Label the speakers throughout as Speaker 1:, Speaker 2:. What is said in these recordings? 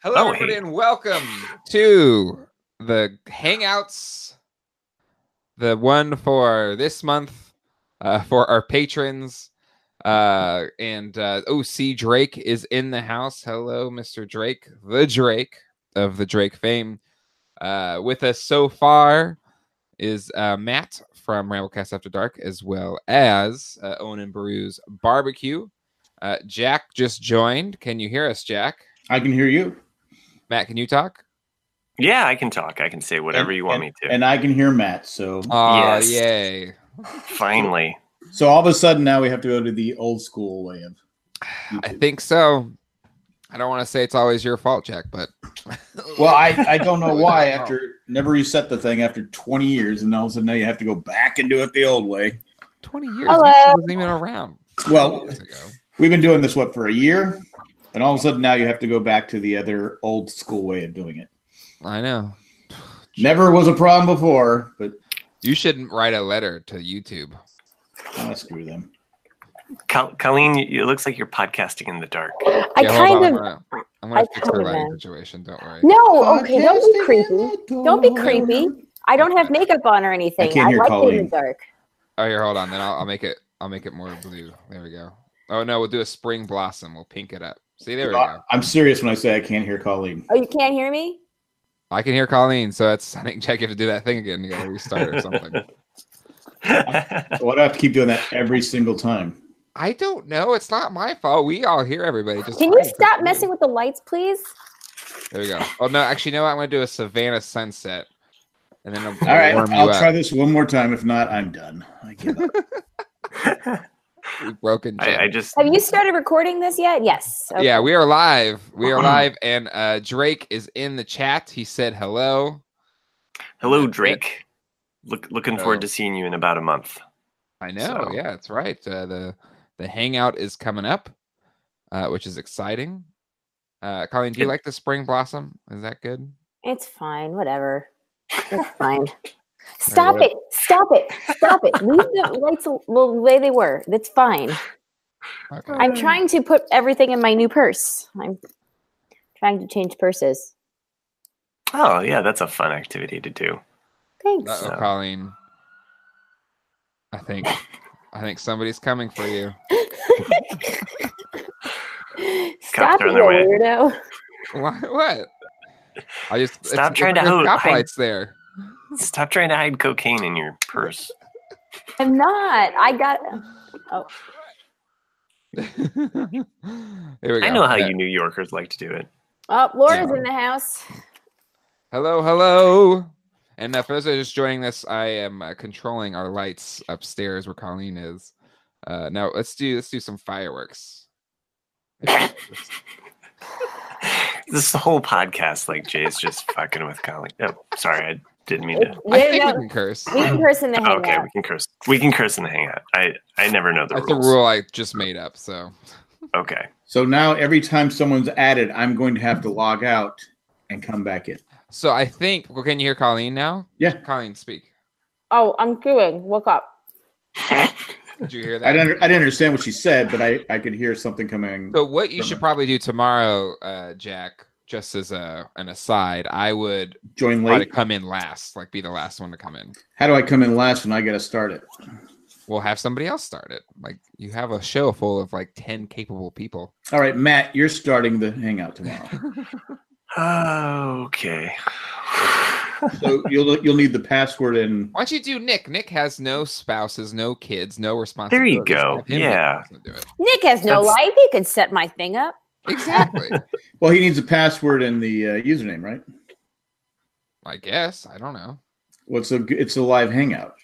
Speaker 1: Hello,
Speaker 2: Oh, hey.
Speaker 1: everybody, and welcome to the Hangouts, the one for this month uh, for our patrons. Uh, and uh, OC Drake is in the house. Hello, Mr. Drake, the Drake of the Drake fame. Uh, with us so far is uh, Matt from Ramblecast After Dark, as well as uh, Owen and Baroo's Barbecue. Uh, Jack just joined. Can you hear us, Jack?
Speaker 3: I can hear you.
Speaker 1: Matt, can you talk?
Speaker 2: Yeah, I can talk. I can say whatever
Speaker 3: And-
Speaker 2: you want
Speaker 3: and-
Speaker 2: me to.
Speaker 3: And I can hear Matt. So
Speaker 4: Uh,
Speaker 1: Oh,
Speaker 2: Yes.
Speaker 1: yay.
Speaker 2: Finally.
Speaker 3: so all of a sudden now we have to go to the old school way of
Speaker 1: I think so. I don't want to say it's always your fault, Jack, but
Speaker 3: Well, I, I don't know why
Speaker 4: Oh.
Speaker 3: after never reset the thing after 20 years and all of a sudden now you have to go back and do it the old way.
Speaker 1: 20 years
Speaker 4: Hello.
Speaker 1: Nixon wasn't even around.
Speaker 3: Well-
Speaker 1: years ago.
Speaker 3: We've been doing this what for a year and all of a sudden now you have to go back to the other old school way of doing it.
Speaker 1: I know.
Speaker 3: Never was a problem before, but
Speaker 1: You shouldn't write a letter to YouTube.
Speaker 3: oh, screw them.
Speaker 2: Col- Colleen, you- it looks like you're podcasting in the dark.
Speaker 4: I
Speaker 1: Yeah, hold
Speaker 4: kind
Speaker 1: on,
Speaker 4: of
Speaker 1: I'm gonna, I'm gonna
Speaker 4: I
Speaker 1: fix her
Speaker 4: kinda
Speaker 1: lighting
Speaker 4: am.
Speaker 1: situation. Don't worry.
Speaker 4: no. Oh, Okay, don't be creepy.
Speaker 3: Podcasting in the
Speaker 4: Don't be
Speaker 3: dark.
Speaker 4: creepy. I don't have makeup on or anything.
Speaker 3: I can't
Speaker 4: I,
Speaker 3: hear
Speaker 4: like it in
Speaker 3: Colleen.
Speaker 4: the dark.
Speaker 1: Oh, here, hold on. Then I'll, I'll make it. I'll make it more blue. There we go. Oh no, we'll do a spring blossom. We'll pink it up. See, there we go.
Speaker 3: I'm serious when I say I can't hear Colleen.
Speaker 4: Oh, you can't hear me?
Speaker 1: I can hear Colleen, so that's. I think Jack you have to do that thing again. You gotta restart or something.
Speaker 2: yeah,
Speaker 3: Why do I have to keep doing that every single time?
Speaker 1: I don't know. It's not my fault. We all hear everybody. Just
Speaker 4: Can you
Speaker 1: fine.
Speaker 4: stop messing with the lights, please?
Speaker 1: There we go. Oh no, actually, no. I'm gonna do a Savannah sunset, and then I'll
Speaker 3: All right,
Speaker 1: warm you
Speaker 3: I'll
Speaker 1: up.
Speaker 3: try this one more time. If not, I'm done. I give up.
Speaker 1: We've broken.
Speaker 2: I, I
Speaker 1: Jen.
Speaker 2: just
Speaker 4: Have you started recording this yet? Yes. Okay.
Speaker 1: Yeah, we are live. We are live, and uh, Drake is in the chat. He said hello.
Speaker 2: hello, Drake. Look, looking
Speaker 1: Oh.
Speaker 2: forward to seeing you in about a month.
Speaker 1: I know.
Speaker 2: So-
Speaker 1: Yeah, that's right. Uh, the the hangout is coming up, uh, which is exciting. Uh, Colleen, do you
Speaker 2: It-
Speaker 1: like the spring blossom? Is that good?
Speaker 4: It's fine. Whatever. It's fine. Stop
Speaker 1: what-
Speaker 4: it. Stop it. Stop it. Leave the lights the way they were. That's fine.
Speaker 1: Okay.
Speaker 4: I'm trying to put everything in my new purse. I'm trying to change purses.
Speaker 2: Oh, yeah, that's a fun activity to do.
Speaker 4: Thanks.
Speaker 1: Uh-oh,
Speaker 2: So-
Speaker 1: Colleen. I think I think somebody's coming for you.
Speaker 4: Stop
Speaker 2: are on
Speaker 4: it,
Speaker 2: their way.
Speaker 4: you weirdo.
Speaker 1: Why, what? I just it's-
Speaker 2: Stop trying
Speaker 1: look,
Speaker 2: to
Speaker 1: there's
Speaker 2: hide-
Speaker 1: cop
Speaker 2: hide-
Speaker 1: lights there.
Speaker 2: Stop trying to hide cocaine in your purse.
Speaker 4: I'm not. I got.
Speaker 1: Here we go.
Speaker 2: I know how
Speaker 1: Yeah.
Speaker 2: you New Yorkers like to do it.
Speaker 4: Oh, Laura's in the house.
Speaker 1: Hello, hello. And uh, for those that are just joining us, I am uh, controlling our lights upstairs where Colleen is. Uh, now let's do let's do some fireworks.
Speaker 2: This is the whole podcast, like Jay's just fucking with Colleen. Oh, sorry, I didn't mean to.
Speaker 4: It's-
Speaker 1: I
Speaker 4: yeah,
Speaker 1: think we
Speaker 4: no,
Speaker 1: can curse.
Speaker 4: we can curse in the
Speaker 2: Oh, okay,
Speaker 4: hangout.
Speaker 2: we can curse. We can curse in the hangout. I I never know the
Speaker 1: That's a
Speaker 2: rules.
Speaker 1: rule I just made up. So
Speaker 2: Okay.
Speaker 3: So now every time someone's added, I'm going to have to log out and come back in.
Speaker 1: so I think. Well, can you hear Colleen now?
Speaker 3: Yeah.
Speaker 1: Colleen, speak.
Speaker 4: Oh, I'm queuing. Woke up.
Speaker 1: Did you hear that?
Speaker 3: I didn't, I didn't understand what she said, but I, I could hear something coming.
Speaker 1: So what you should
Speaker 3: Remember.
Speaker 1: probably do tomorrow, uh, Jack, just as a an aside, I would
Speaker 3: Join
Speaker 1: try to
Speaker 3: late.
Speaker 1: come in last, like be the last one to come in.
Speaker 3: How do I come in last when I got to start it?
Speaker 1: We'll have somebody else start it. Like you have a show full of like ten capable people.
Speaker 3: All right, Matt, you're starting the hangout tomorrow.
Speaker 2: Okay.
Speaker 3: so you'll you'll need the password and
Speaker 1: Why don't you do Nick? Nick has no spouses, no kids, no
Speaker 2: There
Speaker 1: responsibilities.
Speaker 2: you
Speaker 1: Have
Speaker 2: go.
Speaker 1: him be the
Speaker 2: Yeah.
Speaker 1: person to do it.
Speaker 4: Nick has no
Speaker 2: That's-
Speaker 4: life. He could set my thing up.
Speaker 1: Exactly.
Speaker 3: well, he needs a password and the uh, username, right?
Speaker 1: I guess. I don't know.
Speaker 3: What's a it's a live hangout.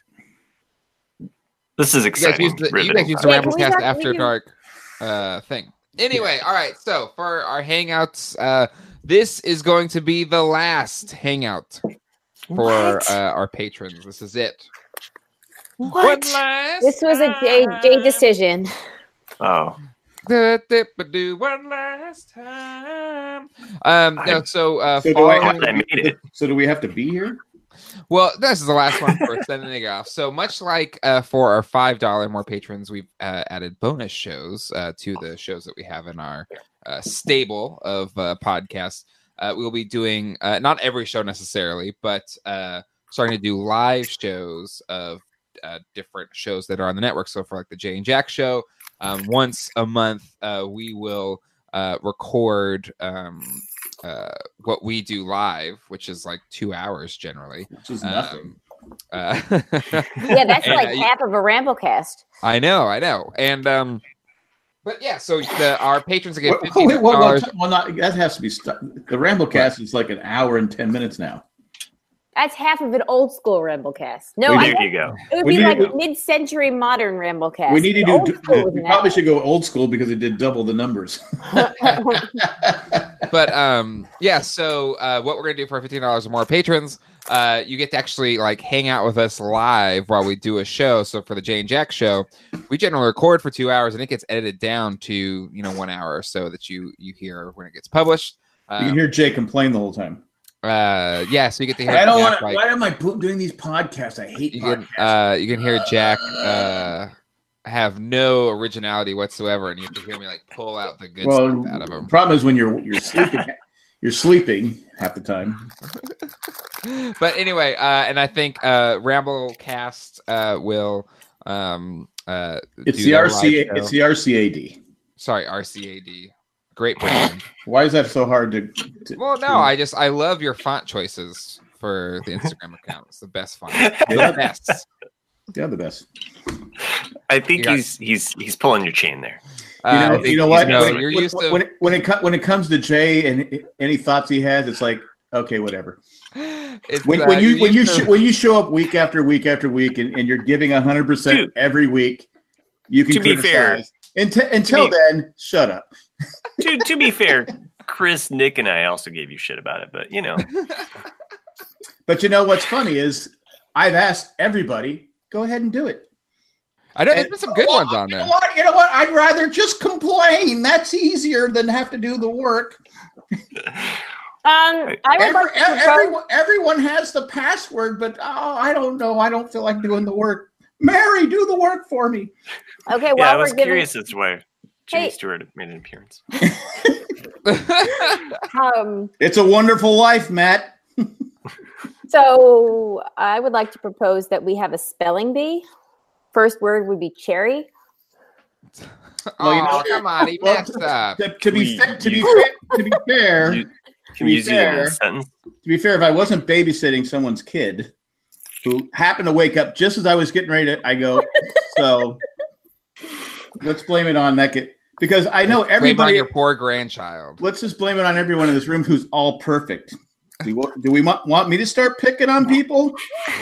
Speaker 2: This is
Speaker 1: You guys
Speaker 2: exciting.
Speaker 1: use the you
Speaker 2: riveting
Speaker 1: guys use the
Speaker 2: fun.
Speaker 4: Yeah, can we
Speaker 1: Ramblecast
Speaker 4: talk- we
Speaker 1: After
Speaker 4: can-
Speaker 1: Dark uh, thing. Anyway, all right. So for our hangouts, uh, this is going to be the last hangout for uh,
Speaker 2: What?
Speaker 1: our patrons. This is it.
Speaker 2: What?
Speaker 1: One last.
Speaker 4: This was a Jay, Jay decision.
Speaker 2: Oh,
Speaker 1: Da-da-ba-doo, One last time. Um, no, so uh,
Speaker 3: So do I
Speaker 1: following-
Speaker 2: glad I made it.
Speaker 3: So do we have to be here?
Speaker 1: Well, this is the last one for sending it off. So much like uh, for our five dollar more patrons, we've uh, added bonus shows uh, to the shows that we have in our uh, stable of uh, podcasts. uh, we'll be doing uh, not every show necessarily, but uh, starting to do live shows of uh, different shows that are on the network. So for like the Jay and Jack show, um, once a month uh, we will uh, record um, uh, what we do live, which is like two hours generally.
Speaker 3: Which is
Speaker 1: Um,
Speaker 3: nothing.
Speaker 1: Uh,
Speaker 4: Yeah, that's
Speaker 1: And,
Speaker 4: like
Speaker 1: uh, you-
Speaker 4: half of a Ramblecast.
Speaker 1: I know, I know, and um, but yeah, so the, our patrons get
Speaker 3: Wait,
Speaker 1: fifteen
Speaker 3: wait, well, well,
Speaker 1: dollars.
Speaker 3: t- well, not, that has to be stuck. The Ramblecast is like an hour and ten minutes now.
Speaker 4: That's half of an old school Ramblecast. No,
Speaker 3: We
Speaker 4: I
Speaker 2: There
Speaker 4: think
Speaker 2: you go.
Speaker 4: it would
Speaker 3: we
Speaker 4: be
Speaker 3: need
Speaker 4: like
Speaker 2: to-
Speaker 4: mid-century modern Ramblecast.
Speaker 3: we need to
Speaker 4: The
Speaker 3: do.
Speaker 4: old school was
Speaker 3: we
Speaker 4: an
Speaker 3: probably
Speaker 4: hour.
Speaker 3: should go old school because it did double the numbers.
Speaker 1: but um yeah so uh what we're gonna do for $15 or more patrons uh you get to actually like hang out with us live while we do a show so for the jane jack show we generally record for two hours and it gets edited down to you know one hour or so that you you hear when it gets published
Speaker 3: you can
Speaker 1: um,
Speaker 3: hear Jay complain the whole time.
Speaker 1: uh yeah so you get to hear
Speaker 3: I don't
Speaker 1: Jack,
Speaker 3: want.
Speaker 1: like-
Speaker 3: why am I po- doing these podcasts? I hate
Speaker 1: you
Speaker 3: podcasts.
Speaker 1: can uh you can hear jack uh have no originality whatsoever and you have to hear me like pull out the good
Speaker 3: well,
Speaker 1: stuff out of him
Speaker 3: problem is when you're you're sleeping, you're sleeping half the time.
Speaker 1: but anyway, uh, and I think uh, Ramblecast uh, will. Um, uh,
Speaker 3: It's
Speaker 1: do
Speaker 3: the
Speaker 1: their
Speaker 3: RCA.
Speaker 1: live
Speaker 3: It's
Speaker 1: show.
Speaker 3: the RCAD.
Speaker 1: sorry RCAD. Great brand.
Speaker 3: Why is that so hard to? to
Speaker 1: well,
Speaker 3: to-
Speaker 1: no, I just I love your font choices for the Instagram account. It's the best font.
Speaker 3: Yeah.
Speaker 1: The best.
Speaker 3: yeah, the best.
Speaker 2: I think
Speaker 1: You got-
Speaker 2: he's he's he's pulling your chain there.
Speaker 1: Uh,
Speaker 3: You know,
Speaker 1: I think
Speaker 3: you know what?
Speaker 1: know,
Speaker 3: when,
Speaker 1: you're
Speaker 3: when-
Speaker 1: used to.
Speaker 3: when it, when it co- when it comes to Jay and i- any thoughts he has, it's like okay, whatever.
Speaker 1: it's,
Speaker 3: When,
Speaker 1: uh,
Speaker 3: when you
Speaker 1: you're
Speaker 3: when you
Speaker 1: used
Speaker 3: sh-
Speaker 1: to-
Speaker 3: when you show up week after week after week, and, and you're giving hundred percent
Speaker 2: Dude.
Speaker 3: every week, you can
Speaker 2: To be fair-
Speaker 3: criticize. Until, until
Speaker 2: be-
Speaker 3: then, shut up.
Speaker 2: to to be fair, Chris, Nick, and I also gave you shit about it, but you know,
Speaker 3: But you know what's funny is I've asked everybody, go ahead and do it.
Speaker 1: I know there's been some good
Speaker 3: Well,
Speaker 1: ones on
Speaker 3: You
Speaker 1: there.
Speaker 3: know what? You know what? I'd rather just complain. That's easier than have to do the work.
Speaker 4: Um, I would
Speaker 3: Every,
Speaker 4: like to
Speaker 3: ev-
Speaker 4: propose-
Speaker 3: everyone, everyone has the password, but oh, I don't know. I don't feel like doing the work. Mary, do the work for me.
Speaker 4: Okay,
Speaker 2: yeah, I
Speaker 4: while
Speaker 2: was
Speaker 4: we're giving
Speaker 2: curious as to why Jimmy
Speaker 4: Hey.
Speaker 2: Stewart made an appearance.
Speaker 4: um,
Speaker 3: It's a wonderful life, Matt.
Speaker 4: so I would like to propose that we have a spelling bee. First word would be cherry.
Speaker 3: Well, you
Speaker 1: oh,
Speaker 3: know-
Speaker 1: come on, he
Speaker 3: Well,
Speaker 1: messed up.
Speaker 3: To, to be
Speaker 2: We-
Speaker 3: fa- to be
Speaker 2: you-
Speaker 3: fa- to be fair,
Speaker 2: You-
Speaker 3: to
Speaker 2: Can you use it in
Speaker 3: fair.
Speaker 2: a sentence?
Speaker 3: be fair, if I wasn't babysitting someone's kid who happened to wake up just as I was getting ready to, I go, so let's blame it on that kid because I know
Speaker 1: Everybody,
Speaker 3: everybody
Speaker 1: your poor grandchild.
Speaker 3: let's just blame it on everyone in this room who's all perfect. Do we, do we want, want me to start picking on people?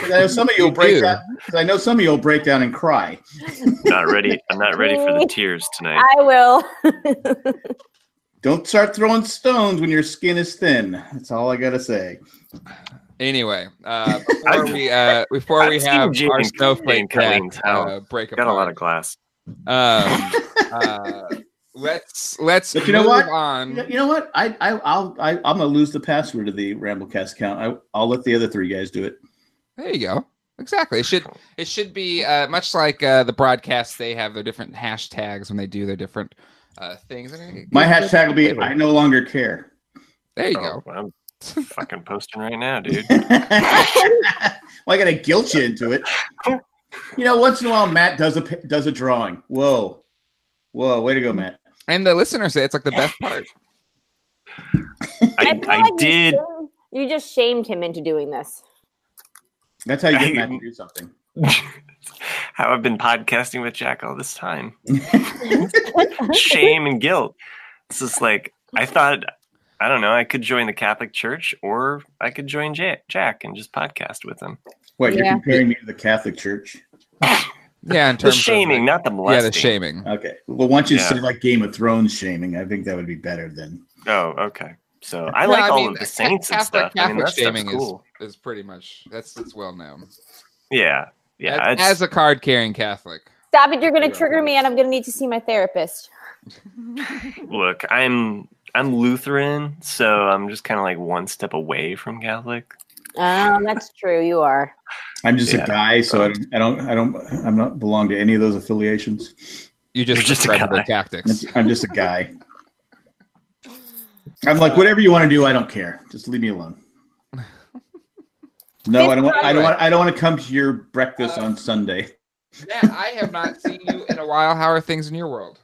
Speaker 3: 'Cause I know some of you will
Speaker 1: You
Speaker 3: break
Speaker 1: do.
Speaker 3: down. 'cause I know some of you will break down and cry.
Speaker 2: Not ready. I'm not ready for the tears tonight.
Speaker 4: I will.
Speaker 3: Don't start throwing stones when your skin is thin. That's all I gotta say.
Speaker 1: Anyway, uh, before
Speaker 2: I've-
Speaker 1: we uh, before we
Speaker 2: I've seen
Speaker 1: have
Speaker 2: Jane
Speaker 1: our
Speaker 2: and
Speaker 1: snowflake
Speaker 2: Colleen
Speaker 1: crack,
Speaker 2: tell.
Speaker 1: uh, break
Speaker 2: Got a
Speaker 1: apart,
Speaker 2: lot of glass.
Speaker 1: um, uh, let's let's
Speaker 3: But you know
Speaker 1: move
Speaker 3: what? You know,
Speaker 1: on.
Speaker 3: you know what? I, I I'll I, I'm gonna lose the password of the Ramblecast account. I, I'll let the other three guys do it.
Speaker 1: There you go. Exactly. It should it should be uh, much like uh, the broadcasts. They have their different hashtags when they do their different uh, things. And it-
Speaker 3: My hashtag will be I no longer care.
Speaker 1: There you
Speaker 2: Oh,
Speaker 1: go.
Speaker 2: well, I'm fucking posting right now, dude.
Speaker 3: well, I gotta guilt you into it. You know, once in a while, Matt does a pi- does a drawing. Whoa, whoa, way to go, Matt.
Speaker 1: And the listeners say it's like the best part.
Speaker 2: I,
Speaker 4: feel
Speaker 2: I
Speaker 4: like you
Speaker 2: did.
Speaker 4: shamed- You just shamed him into doing this.
Speaker 3: That's how you get Matt to do something.
Speaker 2: How I've been podcasting with Jack all this time. Shame and guilt. It's just like I thought. I don't know. I could join the Catholic Church, or I could join Ja- Jack and just podcast with him.
Speaker 3: Wait,
Speaker 4: Yeah.
Speaker 3: you're comparing me to the Catholic Church?
Speaker 1: Yeah, in
Speaker 2: The
Speaker 1: terms
Speaker 2: shaming,
Speaker 1: of
Speaker 2: not the
Speaker 1: like, yeah,
Speaker 2: molesting.
Speaker 1: the shaming.
Speaker 3: Okay. Well, once you
Speaker 2: Yeah.
Speaker 3: say like Game of Thrones shaming, I think that would be better than.
Speaker 2: Oh, okay. So I
Speaker 1: No,
Speaker 2: like
Speaker 1: I
Speaker 2: all
Speaker 1: mean,
Speaker 2: of the
Speaker 1: Ca-
Speaker 2: saints and
Speaker 1: Catholic-
Speaker 2: stuff. I mean,
Speaker 1: Catholic
Speaker 2: that stuff's
Speaker 1: shaming is-
Speaker 2: cool.
Speaker 1: Is pretty much that's that's well known.
Speaker 2: Yeah, yeah.
Speaker 1: as,
Speaker 2: it's-
Speaker 1: as a card carrying Catholic.
Speaker 4: Stop it! You're going
Speaker 1: Yeah.
Speaker 4: to trigger me, and I'm going to need to see my therapist.
Speaker 2: look, I'm I'm Lutheran, so I'm just kind of like one step away from Catholic.
Speaker 4: Oh, that's true. You are.
Speaker 3: I'm just
Speaker 2: Yeah.
Speaker 3: a guy, so I don't, I don't, I don't, I'm not belong to any of those affiliations.
Speaker 1: You just
Speaker 2: You're just a
Speaker 1: described their
Speaker 2: guy.
Speaker 1: tactics.
Speaker 3: I'm just a guy. I'm like, whatever you want to do, I don't care. Just leave me alone. No, I don't want. I don't want. I don't want to come to your breakfast on Sunday.
Speaker 1: Matt, I have not seen you in a while. How are things in your world?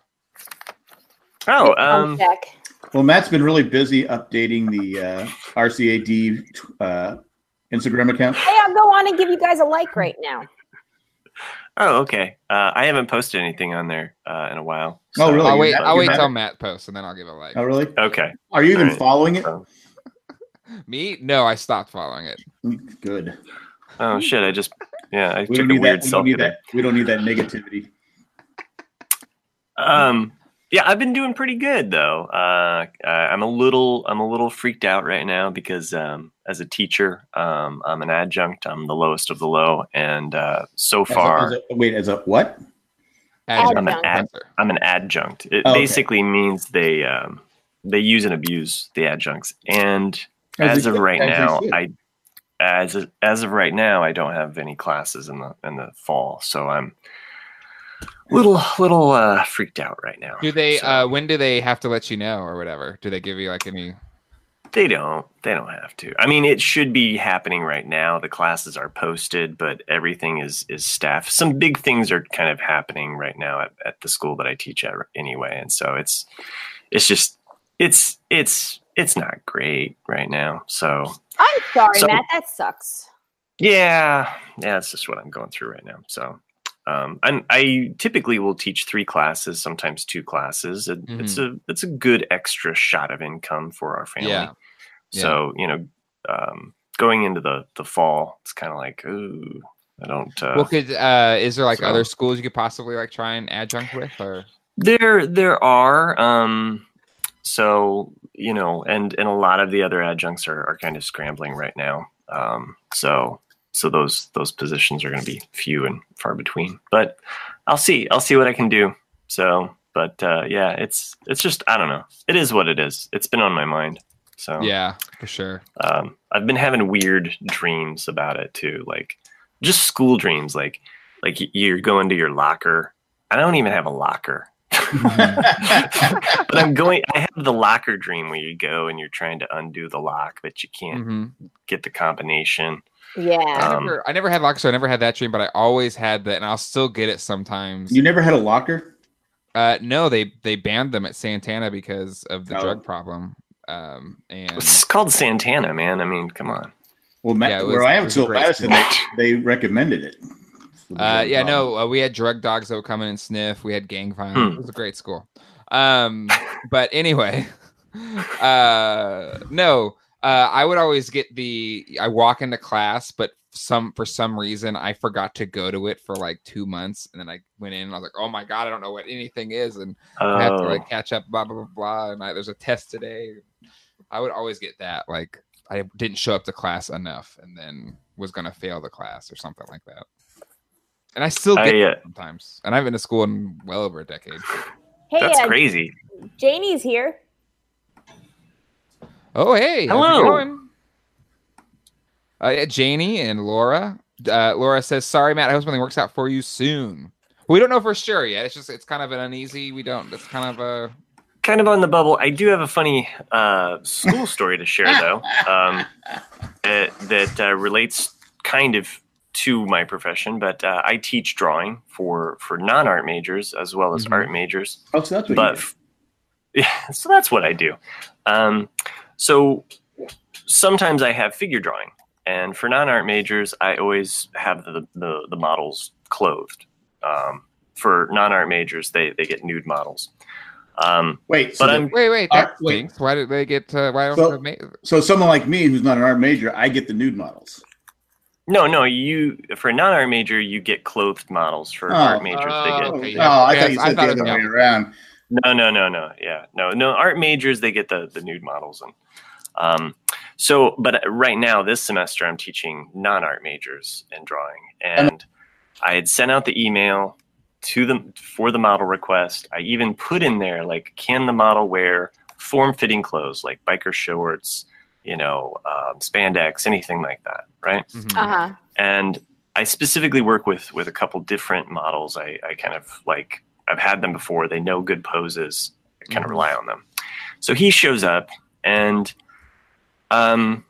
Speaker 2: Oh,
Speaker 4: I'll
Speaker 2: um,
Speaker 4: check.
Speaker 3: Well, Matt's been really busy updating the uh, RCAD uh, Instagram account.
Speaker 4: Hey, I'll go on and give you guys a like right now.
Speaker 2: oh, okay. Uh, I haven't posted anything on there uh, in a while.
Speaker 3: Oh, really?
Speaker 1: I'll
Speaker 3: you
Speaker 1: wait.
Speaker 3: have-
Speaker 1: I'll
Speaker 3: you
Speaker 1: wait
Speaker 3: have
Speaker 1: till
Speaker 3: it?
Speaker 1: Matt posts, and then I'll give a like.
Speaker 3: Oh, really?
Speaker 2: Okay.
Speaker 3: Are you even
Speaker 2: Alright.
Speaker 3: following it?
Speaker 1: Me? No, I stopped following it.
Speaker 3: Good.
Speaker 2: Oh shit! I just yeah, I
Speaker 3: We
Speaker 2: took
Speaker 3: don't
Speaker 2: a
Speaker 3: need
Speaker 2: weird
Speaker 3: that. We don't
Speaker 2: selfie
Speaker 3: need
Speaker 2: there.
Speaker 3: that. We don't need that negativity.
Speaker 2: Um, yeah, I've been doing pretty good though. Uh, uh, I'm a little, I'm a little freaked out right now because um, as a teacher, um, I'm an adjunct. I'm the lowest of the low, and uh, so
Speaker 3: As a-
Speaker 2: far,
Speaker 3: as a- wait, as a what?
Speaker 1: Adjunct
Speaker 4: I'm an
Speaker 2: ad-
Speaker 1: professor.
Speaker 2: I'm an adjunct. It
Speaker 3: Oh, okay.
Speaker 2: basically means they um, they use and abuse the adjuncts, and as, of
Speaker 3: a-
Speaker 2: right
Speaker 3: as they
Speaker 2: now,
Speaker 3: should.
Speaker 2: I as of- as of right now, I don't have any classes in the in the fall, so I'm little little uh, freaked out right now.
Speaker 1: Do they?
Speaker 2: So
Speaker 1: Uh, when do they have to let you know or whatever? Do they give you like any?
Speaker 2: they don't. They don't have to. I mean, it should be happening right now. The classes are posted, but everything is is staff. Some big things are kind of happening right now at, at the school that I teach at anyway, and so it's it's just it's it's it's not great right now. So
Speaker 4: I'm sorry,
Speaker 2: So-
Speaker 4: Matt. That sucks.
Speaker 2: Yeah, yeah, that's just what I'm going through right now. So, um, I'm, I typically will teach three classes, sometimes two classes. It, It's a it's a good extra shot of income for our family.
Speaker 1: Mm-hmm. Yeah. Yeah.
Speaker 2: So you know, um, going into the the fall, it's kind of like, ooh, I don't. Uh,
Speaker 1: Well, could uh, is there like
Speaker 2: So-
Speaker 1: other schools you could possibly like try and adjunct with or?
Speaker 2: There, there are. Um, so you know, and and a lot of the other adjuncts are, are kind of scrambling right now. Um, so so those those positions are going to be few and far between. But I'll see. I'll see what I can do. So, but uh, yeah, it's it's just I don't know. It is what it is. It's been on my mind. So
Speaker 1: Yeah, for sure.
Speaker 2: um, I've been having weird dreams about it too, like just school dreams. Like like you're going to your locker. I don't even have a locker but I'm going. I have the locker dream where you go and you're trying to undo the lock, but you can't
Speaker 1: hmm
Speaker 2: get the combination.
Speaker 4: Yeah.
Speaker 1: I
Speaker 2: Um,
Speaker 1: never, I never had locker, so I never had that dream, but I always had that, and I'll still get it sometimes.
Speaker 3: you never had a locker?
Speaker 1: Uh, no, they they banned them at Santana because of the
Speaker 3: Oh.
Speaker 1: drug problem. Um, and
Speaker 2: It's called Santana, man. I mean, come on.
Speaker 3: Well, Matt,
Speaker 1: Yeah, it
Speaker 3: where
Speaker 1: was-
Speaker 3: I
Speaker 1: it
Speaker 3: am
Speaker 1: was
Speaker 3: still
Speaker 1: a great
Speaker 3: Madison, they, they recommended it.
Speaker 1: uh, yeah, no, uh, we had drug dogs that would come in and sniff. We had gang violence.
Speaker 2: Hmm.
Speaker 1: It was a great school. Um, but anyway, uh, no, uh, I would always get the. I walk into class, but some for some reason I forgot to go to it for like two months, and then I went in and I was like, oh my god, I don't know what anything is, and I have to
Speaker 2: Oh,
Speaker 1: like catch up, blah blah blah blah. And I, there's a test today. I would always get that. Like I didn't show up to class enough, and then was gonna fail the class or something like that. And I still get
Speaker 2: I,
Speaker 1: that
Speaker 2: uh,
Speaker 1: sometimes. And I've been to school in well over a decade.
Speaker 4: Hey,
Speaker 2: that's
Speaker 4: uh,
Speaker 2: crazy.
Speaker 4: Janie's here.
Speaker 1: Oh hey, how's it
Speaker 2: Hello.
Speaker 1: going? Uh, yeah, Janie and Laura. Uh, Laura says, "Sorry, Matt. I hope something works out for you soon." We don't know for sure yet. It's just it's kind of an uneasy. We don't. It's kind of a
Speaker 2: Kind of on the bubble. I do have a funny uh, school story to share though. Um, uh, that uh, relates kind of to my profession, but uh, I teach drawing for for non art majors as well as
Speaker 1: Mhm.
Speaker 2: art majors.
Speaker 3: Oh, so that's what
Speaker 2: but yeah, so that's what I do. Um, so sometimes I have figure drawing, and for non-art majors, I always have the the, the models clothed. Um, for non-art majors, they they get nude models. Um,
Speaker 3: you- wait. So,
Speaker 2: but
Speaker 3: the-
Speaker 2: I'm
Speaker 1: wait, wait.
Speaker 3: Uh,
Speaker 1: That
Speaker 3: wait.
Speaker 1: stinks. Why did they get? Uh, why don't
Speaker 3: So-
Speaker 1: they make,
Speaker 3: so someone like me who's not an art major, I get the nude models.
Speaker 2: no no you for a non-art major you get clothed models for
Speaker 3: Oh.
Speaker 2: art majors they
Speaker 1: Oh,
Speaker 2: get
Speaker 1: okay,
Speaker 3: oh,
Speaker 1: yeah.
Speaker 3: I
Speaker 1: Yeah,
Speaker 3: thought you
Speaker 1: I
Speaker 3: said
Speaker 1: thought it
Speaker 3: the other
Speaker 1: was-
Speaker 3: way around.
Speaker 2: No, no, no, no. Yeah, no, no. Art majors they get the the nude models and um. So, but right now this semester I'm teaching non art majors in drawing, and I had sent out the email to them for the model request. I even put in there like, can the model wear form fitting clothes like biker shorts, you know, um, spandex, anything like that, right?
Speaker 1: Mhm.
Speaker 4: Uh huh.
Speaker 2: and I specifically work with with a couple different models. I, I kind of like
Speaker 4: Mm-hmm.
Speaker 2: I've had them before. They know good poses. I kind
Speaker 1: Mhm.
Speaker 2: of rely on them. So he shows up and um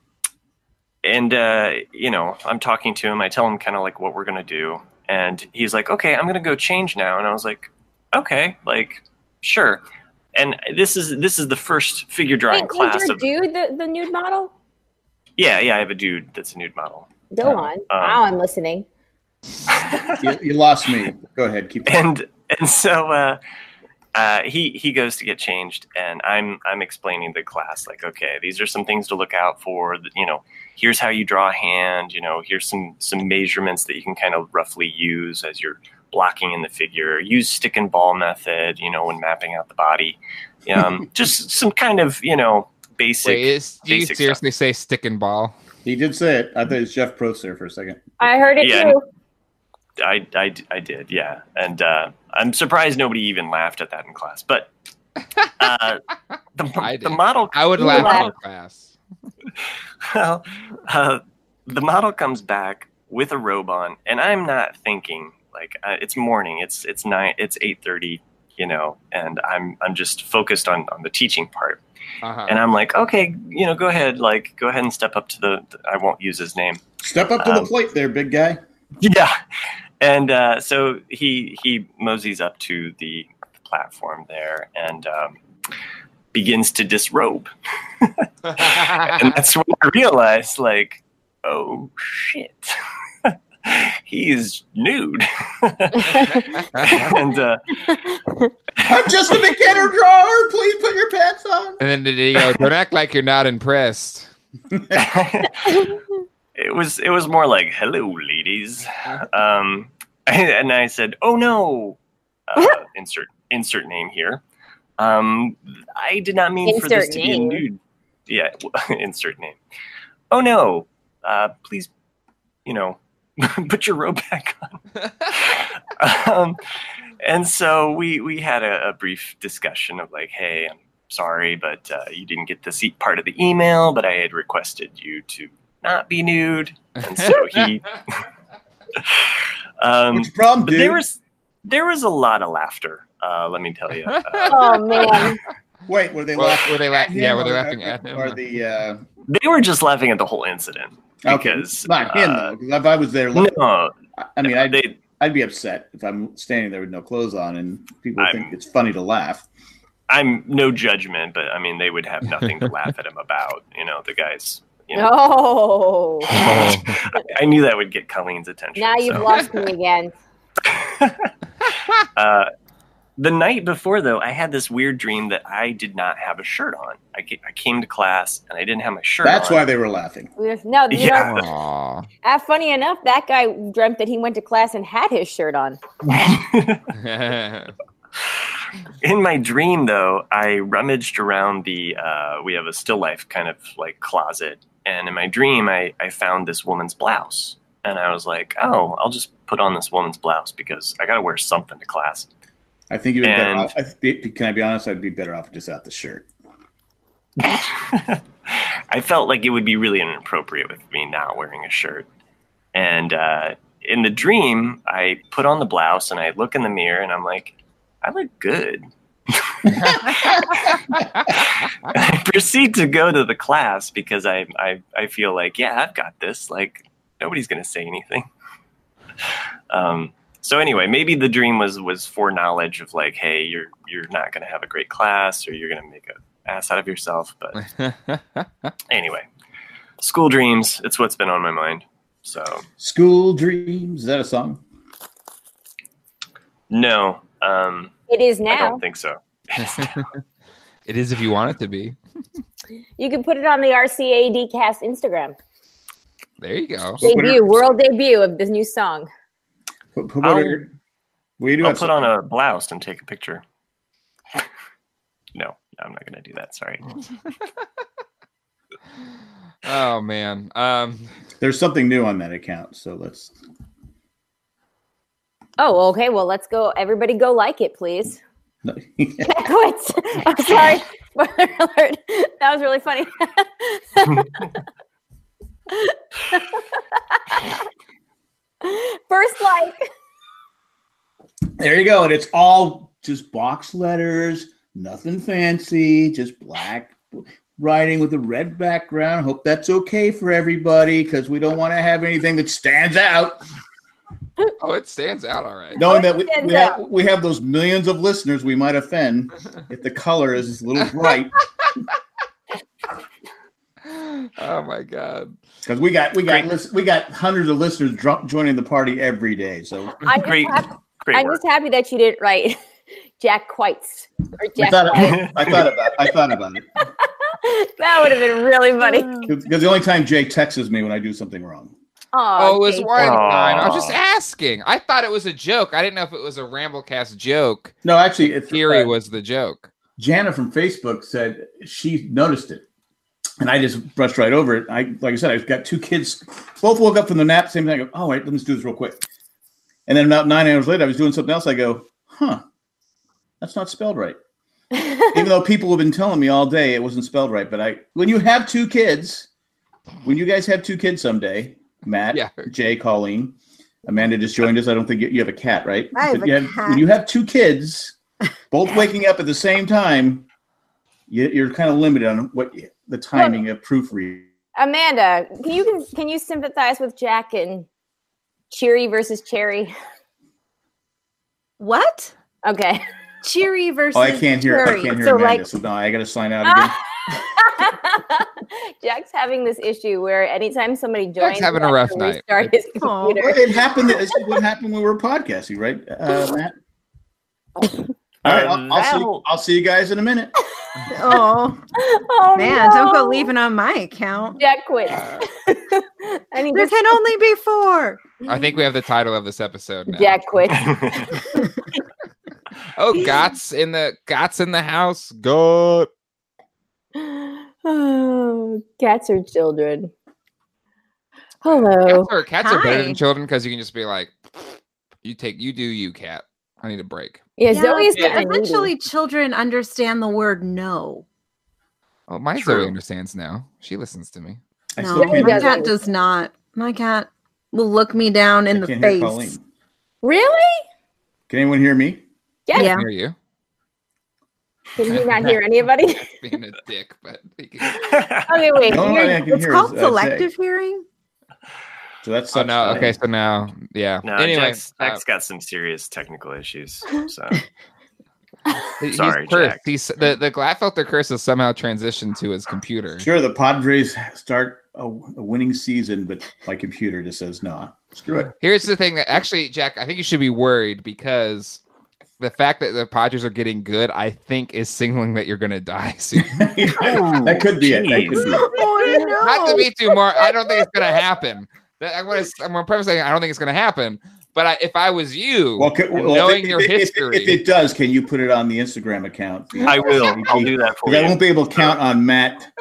Speaker 2: and uh you know i'm talking to him i tell him kind of like what we're gonna do and he's like okay i'm gonna go change now and i was like okay like sure and this is this is the first figure drawing
Speaker 4: Wait,
Speaker 2: class
Speaker 4: is your
Speaker 2: of
Speaker 4: dude the, the nude model?
Speaker 2: yeah yeah i have a dude that's a nude model
Speaker 4: Go on.
Speaker 2: Uh,
Speaker 4: now I'm listening.
Speaker 3: You, you lost me. Go ahead. Keep going.
Speaker 2: and and so uh, uh, he he goes to get changed, and I'm I'm explaining to the class like, okay, these are some things to look out for. th- You know, here's how you draw a hand. You know, here's some some measurements that you can kind of roughly use as you're blocking in the figure. Use stick and ball method. You know, when mapping out the body, um, just some kind of you know basic.
Speaker 1: Wait, is, do you
Speaker 2: basic stuff.
Speaker 1: seriously say stick and ball?
Speaker 3: He did say it. I thought it was Jeff Prost there for a second.
Speaker 4: I heard it
Speaker 2: Yeah,
Speaker 4: too.
Speaker 2: I, I, I did, yeah. And uh, I'm surprised nobody even laughed at that in class. But uh,
Speaker 1: I
Speaker 2: the,
Speaker 1: did.
Speaker 2: the model,
Speaker 1: I would
Speaker 4: You
Speaker 1: laugh
Speaker 4: laugh.
Speaker 1: in class.
Speaker 2: well, uh, the model comes back with a robe on, and I'm not thinking like uh, it's morning. It's it's nine. It's eight thirty. You know, and I'm I'm just focused on on the teaching part.
Speaker 1: Uh-huh.
Speaker 2: And I'm like, okay, you know, go ahead, like go ahead and step up to the. I won't use his name.
Speaker 3: Step up to the
Speaker 2: Um,
Speaker 3: plate there, big guy.
Speaker 2: yeah and uh, so he he moseys up to the platform there and um, begins to disrobe and that's when i realized like oh shit he's nude
Speaker 1: and
Speaker 2: and uh,
Speaker 3: I'm just a beginner drawer. Please put your pants on.
Speaker 1: then did he go, don't act like you're not impressed.
Speaker 2: it was it was more like hello ladies um, and i said oh no uh, insert insert name here um, i did not mean for this
Speaker 4: Insert
Speaker 2: to
Speaker 4: name.
Speaker 2: be a nude yeah insert name oh no uh, please you know put your robe back on um, and so we we had a, a brief discussion of like hey i'm sorry but uh, you didn't get this e- part of the email but i had requested you to not be nude and so he um,
Speaker 3: What's your problem,
Speaker 2: but
Speaker 3: dude?
Speaker 2: there was there was a lot of laughter uh, let me tell you uh,
Speaker 4: Oh man.
Speaker 3: Wait, were they
Speaker 1: Well,
Speaker 3: laughing?
Speaker 1: were they
Speaker 3: at
Speaker 1: laughing? Yeah,
Speaker 3: him
Speaker 1: were they
Speaker 3: or-
Speaker 1: laughing at him?
Speaker 3: Or the uh,
Speaker 2: they were just laughing at the whole incident
Speaker 3: okay,
Speaker 2: because
Speaker 3: not him though.
Speaker 2: uh,
Speaker 3: 'cause if I was there, look,
Speaker 2: no
Speaker 3: I mean, I'd,
Speaker 2: they
Speaker 3: I'd be upset if I'm standing there with no clothes on and people
Speaker 2: I'm-
Speaker 3: think it's funny to laugh.
Speaker 2: i'm no judgment but i mean they would have nothing to laugh at him about you know the guys you know
Speaker 4: Oh.
Speaker 2: I knew that would get Colleen's attention.
Speaker 4: Now you've
Speaker 2: so.
Speaker 4: lost me again.
Speaker 2: Uh, the night before, though, I had this weird dream that I did not have a shirt on. I, ca- I came to class and I didn't have my shirt
Speaker 3: That's
Speaker 2: on.
Speaker 3: why they were laughing.
Speaker 4: We were- No, you
Speaker 2: Yeah.
Speaker 4: know,
Speaker 1: Aw.
Speaker 4: ah, funny enough, that guy dreamt that he went to class and had his shirt on.
Speaker 2: In my dream, though, I rummaged around the. Uh, we have a still life kind of like closet, and in my dream, I, I found this woman's blouse, and I was like, "Oh, I'll just put on this woman's blouse because I got to wear something to class."
Speaker 3: I think you would be better
Speaker 2: And-
Speaker 3: off. I th- can I be honest? I'd be better off just out the shirt.
Speaker 2: I felt like it would be really inappropriate with me not wearing a shirt. And uh, in the dream, I put on the blouse and I look in the mirror and I'm like, I look good. I proceed to go to the class because I, I, I feel like, yeah, I've got this. Like, nobody's going to say anything. Um, so anyway, maybe the dream was was foreknowledge of like, hey, you're you're not going to have a great class, or you're going to make an ass out of yourself. But anyway, school dreams. It's what's been on my mind. So
Speaker 3: School dreams. Is that a song?
Speaker 2: no, um,
Speaker 4: It is
Speaker 2: I
Speaker 4: now.
Speaker 2: don't think so.
Speaker 1: it is if you want it to be.
Speaker 4: You can put it on the RCAD cast Instagram.
Speaker 1: There you go.
Speaker 4: Debut,
Speaker 3: Twitter.
Speaker 4: world debut of this new song.
Speaker 3: Put, put what
Speaker 2: I'll-
Speaker 3: are your- we do
Speaker 2: I'll
Speaker 3: have
Speaker 2: put on a blouse and take a picture. No, I'm not going to do that. Sorry.
Speaker 1: Oh man. Um
Speaker 3: There's something new on that account, so let's.
Speaker 4: Oh, okay. Well, let's go. Everybody go like it, please.
Speaker 3: No.
Speaker 4: That quits. I'm sorry. Spoiler alert. That was really funny. First like.
Speaker 3: there you go, and it's all just box letters, nothing fancy, just black writing with a red background. Hope that's okay for everybody because we don't want to have anything that stands out.
Speaker 1: Oh, it stands out all right.
Speaker 3: Knowing that we,
Speaker 4: Stands
Speaker 3: we, have, we have those millions of listeners we might offend if the color is a little bright
Speaker 1: Oh my god.
Speaker 3: because we got we got lis- we got hundreds of listeners dro- joining the party every day. So
Speaker 4: I'm just,
Speaker 2: Great,
Speaker 4: happy,
Speaker 2: great
Speaker 4: I'm
Speaker 2: work.
Speaker 4: just happy that you didn't write Jack Quaitz or
Speaker 3: I
Speaker 4: Jack.
Speaker 3: thought,
Speaker 4: White.
Speaker 3: I thought about I thought about it
Speaker 4: that would have been really funny.
Speaker 3: because the only time Jay texts me when I do something wrong.
Speaker 1: Oh,
Speaker 4: Oh,
Speaker 1: it was
Speaker 4: Jake.
Speaker 1: wine time. I was
Speaker 2: Aw.
Speaker 1: just asking. I thought it was a joke. I didn't know if it was a Ramblecast joke.
Speaker 3: No, actually, it's
Speaker 1: Theory
Speaker 3: uh,
Speaker 1: was the joke.
Speaker 3: Jana from Facebook said she noticed it, and I just brushed right over it. I like I said, I've got two kids, both woke up from the nap same thing. I go, oh, all right, let me just do this real quick. And then about nine hours later, I was doing something else. I go, huh, that's not spelled right. Even though people have been telling me all day it wasn't spelled right, but I when you have two kids, when you guys have two kids someday, Matt,
Speaker 1: Yeah.
Speaker 3: Jay, Colleen, Amanda just joined us. I don't think you, you have a cat, right?
Speaker 5: I have
Speaker 3: But you
Speaker 5: a
Speaker 3: have-
Speaker 5: cat.
Speaker 3: When you have two kids, both waking up at the same time, you, you're kind of limited on what you- the timing of proofreading.
Speaker 4: Amanda, can you can, can you sympathize with Jack and Cheery versus Cherry?
Speaker 5: What?
Speaker 4: Okay.
Speaker 5: Cheery versus.
Speaker 3: Oh, I can't hear. I
Speaker 5: Curry.
Speaker 3: can't hear
Speaker 5: so
Speaker 3: Amanda.
Speaker 5: like,
Speaker 3: so no, I got to sign out again.
Speaker 4: Jack's having this issue where anytime somebody joins,
Speaker 1: Jack's having
Speaker 4: he
Speaker 1: a
Speaker 4: has to
Speaker 1: rough night.
Speaker 4: Restart his
Speaker 5: Aw.
Speaker 3: Well,
Speaker 4: computer.
Speaker 3: it happened. This is what happened when we were podcasting, right, uh, Matt? All right, I'll, I'll see, I'll see you guys in a minute.
Speaker 5: oh
Speaker 4: Oh,
Speaker 5: man, don't go
Speaker 4: no.
Speaker 5: leaving on my account.
Speaker 4: Jack quit.
Speaker 1: Uh,
Speaker 4: I need
Speaker 5: There
Speaker 4: to
Speaker 5: can only be four.
Speaker 1: I think we have the title of this episode now.
Speaker 4: Jack quit.
Speaker 1: Oh, Gots in the Gots in the house. Got
Speaker 4: Oh, cats are children. Hello.
Speaker 1: cats are cats are better
Speaker 5: Hi.
Speaker 1: than children because you can just be like, you take you do you cat. I need a break.
Speaker 4: Yeah,
Speaker 5: Yeah,
Speaker 4: Zoe is
Speaker 5: but
Speaker 4: getting moody.
Speaker 5: Eventually, children understand the word no.
Speaker 1: Oh, my
Speaker 2: True.
Speaker 1: Zoe understands now. She listens to me.
Speaker 3: I
Speaker 5: No,
Speaker 4: can't
Speaker 5: my
Speaker 4: hear-
Speaker 5: cat does not. My cat will look me down in
Speaker 3: I
Speaker 5: the
Speaker 3: can't hear Colleen.
Speaker 5: face.
Speaker 4: Really?
Speaker 3: Can anyone hear me?
Speaker 4: Yes.
Speaker 5: Yeah.
Speaker 1: Hear you
Speaker 4: Did he not hear anybody?
Speaker 1: being a dick, but
Speaker 4: okay, wait.
Speaker 3: The only
Speaker 4: you're-
Speaker 3: one I can
Speaker 5: It's
Speaker 3: hear
Speaker 5: called
Speaker 3: is, uh, Zay.
Speaker 5: selective hearing.
Speaker 3: So that's
Speaker 2: Oh,
Speaker 1: so now okay, so now yeah.
Speaker 2: no,
Speaker 1: anyway,
Speaker 2: Jack's,
Speaker 1: uh,
Speaker 2: Jack's got some serious technical issues. So
Speaker 1: uh, He's
Speaker 2: Sorry,
Speaker 1: cursed.
Speaker 2: Jack.
Speaker 1: He's, the the Gladfelter curse has somehow transitioned to his computer.
Speaker 3: Sure, the Padres start a, a winning season, but my computer just says nah. Screw it.
Speaker 1: Here's the thing that actually, Jack, I think you should be worried because the fact that the Padres are getting good, I think, is signaling that you're going to die soon.
Speaker 3: that could be it. That could be it.
Speaker 5: Oh,
Speaker 1: Not to be too more, I don't think it's going to happen. That- I want to. I'm going to preface saying I don't think it's going to happen. But I, if I was you,
Speaker 3: Well, could, well, if
Speaker 1: knowing
Speaker 3: it-
Speaker 1: your
Speaker 3: if it-
Speaker 1: history,
Speaker 3: If, it does, can you put it on the Instagram account? Because
Speaker 2: I will. I'll do that for
Speaker 3: I
Speaker 2: you.
Speaker 3: won't be able to count on Matt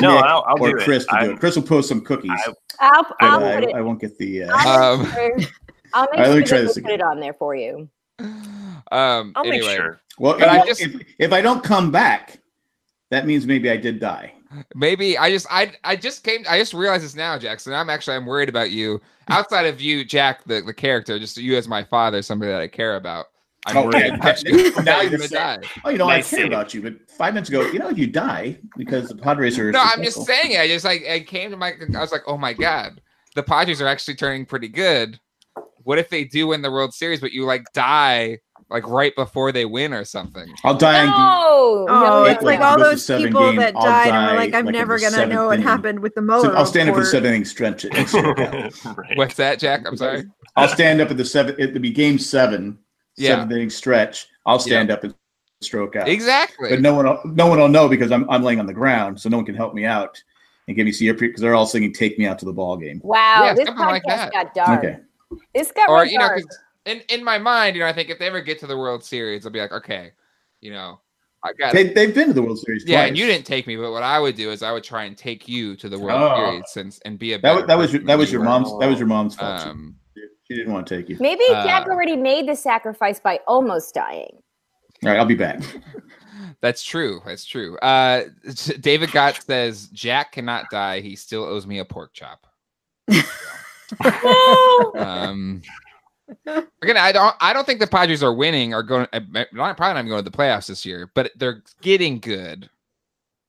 Speaker 2: No,
Speaker 3: Nick,
Speaker 2: I'll, I'll
Speaker 3: or
Speaker 2: do it.
Speaker 3: Chris to
Speaker 2: I'm-
Speaker 3: do it. Chris will post some cookies,
Speaker 2: I-
Speaker 4: I'll,
Speaker 3: but
Speaker 4: I'll
Speaker 3: I,
Speaker 4: put it.
Speaker 3: I won't get the. Uh,
Speaker 4: I'll
Speaker 1: Um,
Speaker 4: make sure, I'll
Speaker 3: All
Speaker 4: make
Speaker 3: right, let me
Speaker 4: sure
Speaker 3: try
Speaker 4: that
Speaker 3: this
Speaker 4: we put it on there for you.
Speaker 1: um,
Speaker 2: I'll
Speaker 1: anyway,
Speaker 2: make sure.
Speaker 3: well, if,
Speaker 1: but I
Speaker 3: I
Speaker 1: just-
Speaker 3: if, if I don't come back, that means maybe I did die.
Speaker 1: Maybe I just I I just came I just realized this now, Jack. So now I'm actually I'm worried about you. Outside of you, Jack, the, the character, just you as my father, somebody that I care about. I'm
Speaker 3: Oh,
Speaker 1: worried
Speaker 3: yeah.
Speaker 1: about you.
Speaker 3: Now
Speaker 1: Now you're
Speaker 3: you're
Speaker 1: gonna die.
Speaker 3: saying- Oh, you know,
Speaker 2: Nice
Speaker 3: I care
Speaker 2: save.
Speaker 3: about you, but five minutes ago, you know, you die because the Padres are.
Speaker 1: No, I'm
Speaker 3: successful.
Speaker 1: just saying it. I just like I came to my I was like, oh my god, the Padres are actually turning pretty good. What if they do win the World Series, but you like die like right before they win or something?
Speaker 3: I'll die. and-
Speaker 4: No, no,
Speaker 5: Oh,
Speaker 4: no,
Speaker 5: it's like
Speaker 4: no.
Speaker 5: all
Speaker 3: Go to
Speaker 5: those
Speaker 3: seven
Speaker 5: people
Speaker 3: game,
Speaker 5: that
Speaker 3: I'll
Speaker 5: died and
Speaker 3: die,
Speaker 5: were like, "I'm
Speaker 3: like, in
Speaker 5: never
Speaker 3: the
Speaker 5: gonna
Speaker 3: seventh
Speaker 5: know what
Speaker 3: inning."
Speaker 5: happened with the Mueller
Speaker 3: So I'll stand up for the
Speaker 5: report."
Speaker 3: seventh inning stretch. I'll
Speaker 2: Right.
Speaker 1: What's that, Jack? I'm sorry.
Speaker 3: stand up at the seven at the be- game seven
Speaker 1: Yeah.
Speaker 3: seventh inning stretch. I'll stand up and stroke out.
Speaker 1: Exactly.
Speaker 3: But no one, will, no one will know because I'm I'm laying on the ground, so no one can help me out and give me see because they're all singing "Take Me Out to the Ball Game."
Speaker 4: Wow,
Speaker 1: Yeah,
Speaker 4: this
Speaker 1: something like
Speaker 4: podcast
Speaker 1: that.
Speaker 4: got dark.
Speaker 3: Okay,
Speaker 4: This got
Speaker 1: or
Speaker 4: real
Speaker 1: you know,
Speaker 4: dark.
Speaker 1: 'cause in in my mind, you know, I think if they ever get to the World Series, I'll be like, okay, you know, I got.
Speaker 3: they they've been to the World Series.
Speaker 1: yeah,
Speaker 3: twice.
Speaker 1: and you didn't take me, but what I would do is I would try and take you to the World
Speaker 3: Oh.
Speaker 1: Series since and be a
Speaker 3: That
Speaker 1: better
Speaker 3: was that was your,
Speaker 1: person
Speaker 3: that
Speaker 1: than
Speaker 3: was
Speaker 1: you
Speaker 3: your
Speaker 1: were.
Speaker 3: mom's that was your mom's fault. She-
Speaker 1: Um,
Speaker 3: she didn't want to take you.
Speaker 4: Maybe Jack
Speaker 1: Uh,
Speaker 4: already made the sacrifice by almost dying.
Speaker 3: All right, I'll be back.
Speaker 1: that's true. That's true. Uh, David Gott says Jack cannot die. He still owes me a pork chop. Um, again, I don't. I don't think the Padres eh, are winning or going. uh, Probably not even going to the playoffs this year, but they're getting good.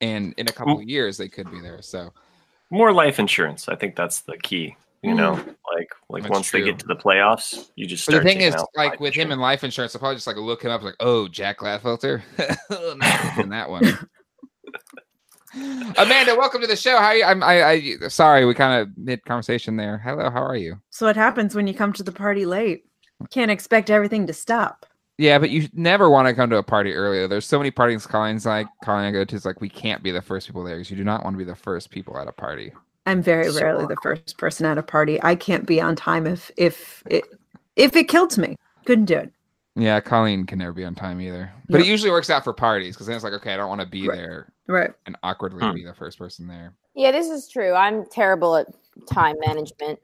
Speaker 1: and in a couple of years they could be there. So
Speaker 2: More life insurance. I think that's the key. You know, like like
Speaker 1: That's
Speaker 2: once
Speaker 1: true.
Speaker 2: they get to the playoffs, you just
Speaker 1: Mm. but the
Speaker 2: start.
Speaker 1: thing
Speaker 2: taking
Speaker 1: is,
Speaker 2: out
Speaker 1: like
Speaker 2: life
Speaker 1: with him
Speaker 2: insurance.
Speaker 1: and life insurance, I'll probably just like look him up, like, oh, Jack Gladfelter, not in that one. Amanda, welcome to the show. How are you? I'm I, I sorry, we kind of mid conversation there. Hello, how are you?
Speaker 5: So what happens when you come to the party late? Can't expect everything to stop.
Speaker 1: Yeah, but you never want to come to a party earlier. There's so many parties Colleen's like Colleen I go to is like we can't be the first people there because you do not want to be the first people at a party.
Speaker 5: I'm very
Speaker 2: So
Speaker 5: rarely the first person at a party. I can't be on time if if it if it killed me. Couldn't do it.
Speaker 1: Yeah, Colleen can never be on time either. But
Speaker 5: Yep.
Speaker 1: it usually works out for parties because then it's like, okay, I don't want to be
Speaker 5: Right.
Speaker 1: there
Speaker 5: Right.
Speaker 1: and awkwardly
Speaker 2: Hmm.
Speaker 1: be the first person there.
Speaker 4: Yeah, this is true. I'm terrible at time management.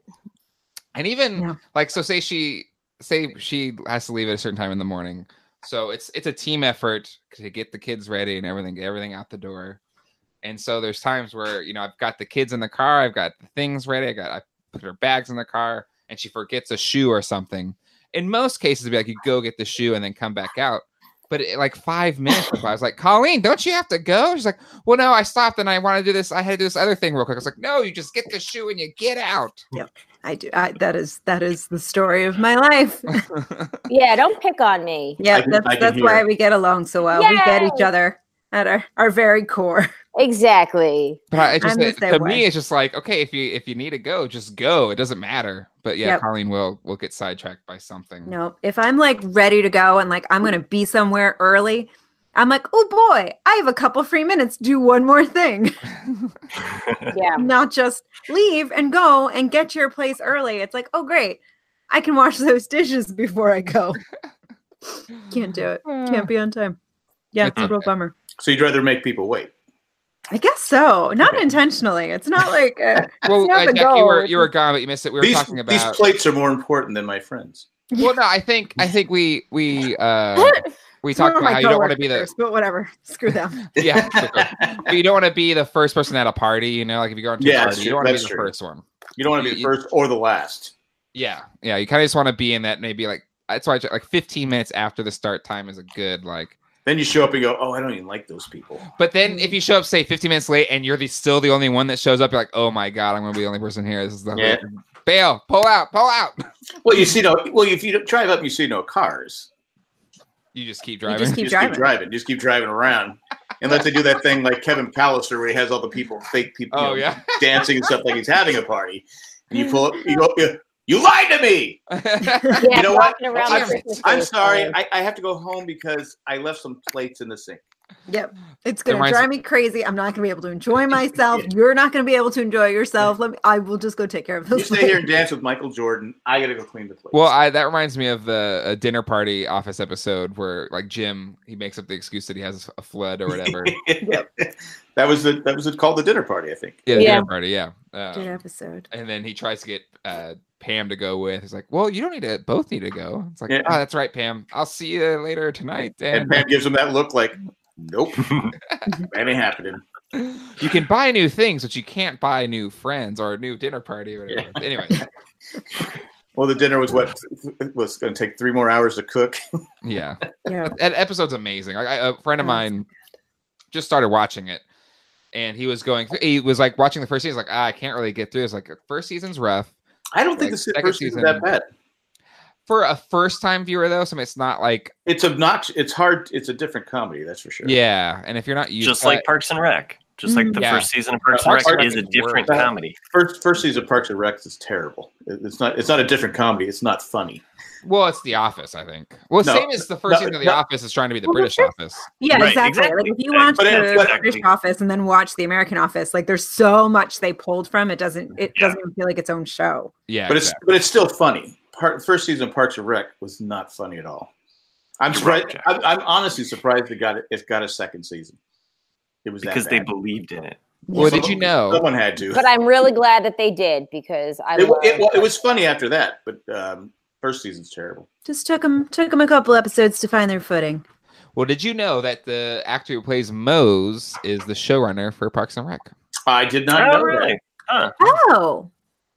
Speaker 1: And even
Speaker 5: Yeah.
Speaker 1: like so say she say she has to leave at a certain time in the morning. So it's it's a team effort to get the kids ready and everything, get everything out the door. And so there's times where, you know, I've got the kids in the car, I've got the things ready, I got I put her bags in the car and she forgets a shoe or something. In most cases it'd be like you go get the shoe and then come back out. But it, like five minutes before, I was like, Colleen, don't you have to go? She's like, Well, no, I stopped and I want to do this. I had to do this other thing real quick. I was like, No, you just get the shoe and you get out.
Speaker 5: I do. I, that is that is the story of my life.
Speaker 4: Yeah, don't pick on me.
Speaker 5: Yeah,
Speaker 3: I can-
Speaker 5: that's
Speaker 3: I can
Speaker 5: that's why
Speaker 3: hear.
Speaker 5: we get along so well. We get each
Speaker 4: Yay!
Speaker 5: other at our, our very core.
Speaker 4: Exactly.
Speaker 1: But I, it
Speaker 5: I'm
Speaker 1: just
Speaker 5: the
Speaker 1: it-
Speaker 5: same
Speaker 1: to
Speaker 5: way.
Speaker 1: me, it's just like okay, if you if you need to go, just go. It doesn't matter. But yeah,
Speaker 5: Yep.
Speaker 1: Colleen will will get sidetracked by something.
Speaker 5: No, if I'm like ready to go and like I'm gonna be somewhere early, I'm like, oh boy, I have a couple free minutes. to Do one more thing,
Speaker 4: Yeah.
Speaker 5: not just leave and go and get to your place early. It's like, oh great, I can wash those dishes before I go. Can't do it. Can't be on time. Yeah, it's a real bummer.
Speaker 3: So you'd rather make people wait.
Speaker 5: I guess so. Not intentionally. It's not like uh,
Speaker 1: Well,
Speaker 5: not
Speaker 1: uh,
Speaker 5: the
Speaker 1: Jack, you were
Speaker 5: goal.
Speaker 1: you were gone, but you missed it. We were
Speaker 3: these,
Speaker 1: talking
Speaker 3: these
Speaker 1: about.
Speaker 3: plates are more important than my friends.
Speaker 1: well, no, I think I think we we uh we talked about how you don't want to be the
Speaker 5: coworkers, but whatever. Screw them.
Speaker 1: yeah but you don't want to be the first person at a party. You know, like if you go into
Speaker 3: Yeah,
Speaker 1: a
Speaker 3: that's
Speaker 1: party, you
Speaker 3: true,
Speaker 1: don't want to be
Speaker 3: that's
Speaker 1: the
Speaker 3: true.
Speaker 1: first one.
Speaker 3: You don't want to be the
Speaker 1: You-
Speaker 3: first or the last.
Speaker 1: Yeah, yeah. You kind of just want to be in that maybe like that's why I ju- like 15 minutes after the start time is a good like
Speaker 3: Then you show up and go, "Oh, I don't even like those people."
Speaker 1: But then
Speaker 5: Mm.
Speaker 1: if you show up, say, 15 minutes late and you're the, still the only one that shows up, you're like, oh my God, I'm going to be the only person here. This is the
Speaker 3: Yeah.
Speaker 1: bail, pull out, pull out.
Speaker 3: Well, you see no. Well, if you don't drive up, and you see no cars.
Speaker 1: You just keep
Speaker 5: You
Speaker 1: driving.
Speaker 5: just
Speaker 3: You
Speaker 5: keep
Speaker 3: just
Speaker 5: driving.
Speaker 3: keep driving. Just keep driving around, unless they do that thing like Kevin Palliser, where he has all the people, fake people, you
Speaker 1: oh,
Speaker 3: know,
Speaker 1: yeah.
Speaker 3: dancing and stuff like he's having a party. And you pull up, you go, you, you lied to me.
Speaker 4: Yeah,
Speaker 3: You know what?
Speaker 4: walking around
Speaker 1: I'm-
Speaker 4: the Christmas tree
Speaker 3: I'm
Speaker 4: is
Speaker 3: sorry.
Speaker 4: fine.
Speaker 3: I, I have to go home because I left some plates in the sink.
Speaker 5: Yep. It's gonna
Speaker 1: reminds-
Speaker 5: drive me crazy. I'm not gonna be able to enjoy myself. You're not gonna be able to enjoy yourself. Let me I will just go take care of
Speaker 3: You
Speaker 5: those.
Speaker 3: stay here
Speaker 5: later.
Speaker 3: and dance with Michael Jordan. I got to go clean the plates.
Speaker 1: well, I, that reminds me of the uh, dinner party office episode where, like, Jim, he makes up the excuse that he has a flood or whatever.
Speaker 5: Yep.
Speaker 3: that was the that was it called the dinner party, I think.
Speaker 1: yeah, the
Speaker 4: Yeah.
Speaker 1: dinner party. Yeah. Uh,
Speaker 5: Good episode.
Speaker 1: And then he tries to get uh, Pam to go with. He's like, well, you don't need to, both need to go. It's like,
Speaker 3: Yeah.
Speaker 1: oh, that's right, Pam. I'll see you later tonight.
Speaker 3: And
Speaker 1: And
Speaker 3: Pam gives him that look like, nope, that ain't happening.
Speaker 1: you can buy new things, but you can't buy new friends or a new dinner party or whatever. Anyway,
Speaker 3: Well, the dinner was what it was going to take three more hours to cook.
Speaker 1: yeah,
Speaker 5: Yeah.
Speaker 1: that episode's amazing. Like, I, a friend of
Speaker 5: Yeah, it's
Speaker 1: mine just started watching it, and he was going. Through, he was like watching the first season. Like, ah, I can't really get through. It's like first season's rough
Speaker 3: I don't think
Speaker 1: Like,
Speaker 3: the se-
Speaker 1: second
Speaker 3: first season is
Speaker 1: season.
Speaker 3: that bad.
Speaker 1: for a first time viewer though. So it's not like
Speaker 3: It's obnoxious. It's hard. It's a different comedy, that's for sure.
Speaker 1: yeah, and if you're not used
Speaker 2: just
Speaker 1: to
Speaker 2: like
Speaker 1: it-
Speaker 2: Parks and Rec. Just like the
Speaker 1: Mm, Yeah.
Speaker 2: first season of Parks and
Speaker 1: Parks
Speaker 2: Rec
Speaker 1: and Rec
Speaker 2: is a
Speaker 1: is
Speaker 2: different
Speaker 3: worse.
Speaker 2: comedy.
Speaker 3: First first season of Parks and Rec is terrible. It- It's not. It's not a different comedy. It's not funny.
Speaker 1: well, it's The Office, I think. Well,
Speaker 3: No,
Speaker 1: same as the first
Speaker 3: no,
Speaker 1: season of The
Speaker 3: no.
Speaker 1: Office is trying to be the
Speaker 5: Well,
Speaker 1: British
Speaker 5: that's-
Speaker 1: Office.
Speaker 5: Yeah,
Speaker 2: Right,
Speaker 5: exactly.
Speaker 2: exactly.
Speaker 5: Like if you watch
Speaker 3: But
Speaker 5: the
Speaker 3: it- but-
Speaker 5: British office and then watch the American office, like there's so much they pulled from it doesn't it
Speaker 2: Yeah.
Speaker 5: doesn't even feel like its own show.
Speaker 1: Yeah,
Speaker 3: But it's
Speaker 1: exactly.
Speaker 3: but it's still funny. Part first season of Parks and Rec was not funny at all. I'm surprised.
Speaker 2: Jack.
Speaker 3: I'm, I'm honestly surprised it got it got a second season. It was that
Speaker 2: because they
Speaker 3: bad.
Speaker 2: believed in it.
Speaker 1: Well, did you
Speaker 3: Someone-
Speaker 1: know-
Speaker 3: someone had to?
Speaker 4: But I'm really glad that they did because I
Speaker 3: it,
Speaker 4: love
Speaker 3: it, well, it was funny after that, but um, first season's terrible.
Speaker 5: Just took them took them a couple episodes to find their footing.
Speaker 1: Well, did you know that the actor who plays Mose is the showrunner for Parks and Rec?
Speaker 3: I did not
Speaker 2: oh,
Speaker 3: know
Speaker 2: really?
Speaker 3: that.
Speaker 5: Oh,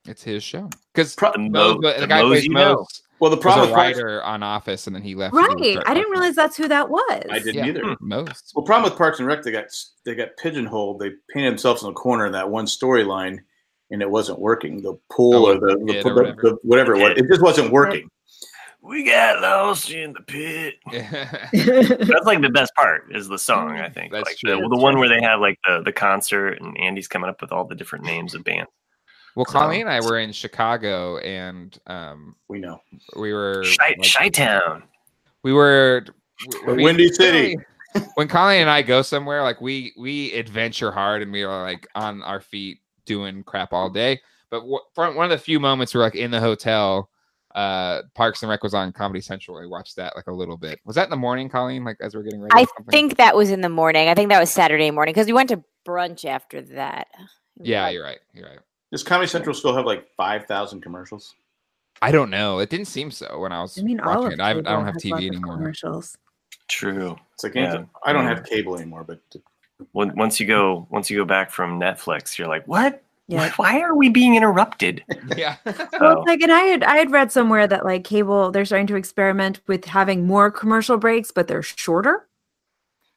Speaker 1: It's his show because
Speaker 3: Pro-
Speaker 2: The,
Speaker 1: Mose,
Speaker 2: mo-
Speaker 1: the,
Speaker 2: the
Speaker 1: guy who
Speaker 2: Mose
Speaker 1: plays
Speaker 2: you know.
Speaker 1: Mose,
Speaker 3: Well, the
Speaker 1: was
Speaker 3: problem with
Speaker 1: a
Speaker 3: Parks,
Speaker 1: writer on Office, and then he left. to do
Speaker 5: Right.
Speaker 1: Dirk
Speaker 5: I didn't
Speaker 1: Benedict.
Speaker 5: realize that's who that was.
Speaker 3: I didn't
Speaker 1: Yeah.
Speaker 3: either.
Speaker 1: most.
Speaker 3: Well, problem with Parks and Rec, they got they got pigeonholed. They painted themselves in the corner in that one storyline, and it wasn't working. The pool
Speaker 1: Oh,
Speaker 3: or the, the,
Speaker 1: yeah,
Speaker 3: the,
Speaker 1: or whatever.
Speaker 3: the- whatever it was, it just wasn't working.
Speaker 2: We got lost in the pit.
Speaker 1: Yeah.
Speaker 2: That's like the best part is the song. I think
Speaker 1: That's
Speaker 2: like
Speaker 1: true.
Speaker 2: the, the one where they have like the the concert and Andy's coming up with all the different names of bands.
Speaker 1: well,
Speaker 2: So-
Speaker 1: Colleen and I were in Chicago, and um,
Speaker 3: We know
Speaker 1: we were
Speaker 2: Chi
Speaker 1: like,
Speaker 2: Chi Town.
Speaker 1: we were
Speaker 3: The Windy City.
Speaker 1: When Colleen and I go somewhere, like we we adventure hard, and we are like on our feet doing crap all day. But wh- from one of the few moments we're like in the hotel. Uh, Parks and Rec was on Comedy Central. I watched that like a little bit. Was that in the morning, Colleen? Like as we are getting ready.
Speaker 4: I
Speaker 1: or something?
Speaker 4: think that was in the morning. I think that was Saturday morning because we went to brunch after that.
Speaker 1: Yeah, you're right. You're right.
Speaker 3: does Comedy Central still have like five thousand commercials?
Speaker 1: I don't know. It didn't seem so when I was
Speaker 5: I mean, all
Speaker 1: watching
Speaker 5: of
Speaker 1: it. I, haven't- I
Speaker 5: cable
Speaker 1: don't have
Speaker 5: has lots
Speaker 1: TV
Speaker 5: of
Speaker 1: anymore.
Speaker 5: Commercials.
Speaker 2: True.
Speaker 3: It's like
Speaker 2: Yeah.
Speaker 3: I don't have cable anymore, but
Speaker 2: When, once you go once you go back from Netflix, you're like, what?
Speaker 5: Yeah.
Speaker 2: Why are we being interrupted?
Speaker 1: Yeah.
Speaker 5: Well,
Speaker 2: So,
Speaker 5: it's like, and I had I had read somewhere that like cable, they're starting to experiment with having more commercial breaks, but they're shorter.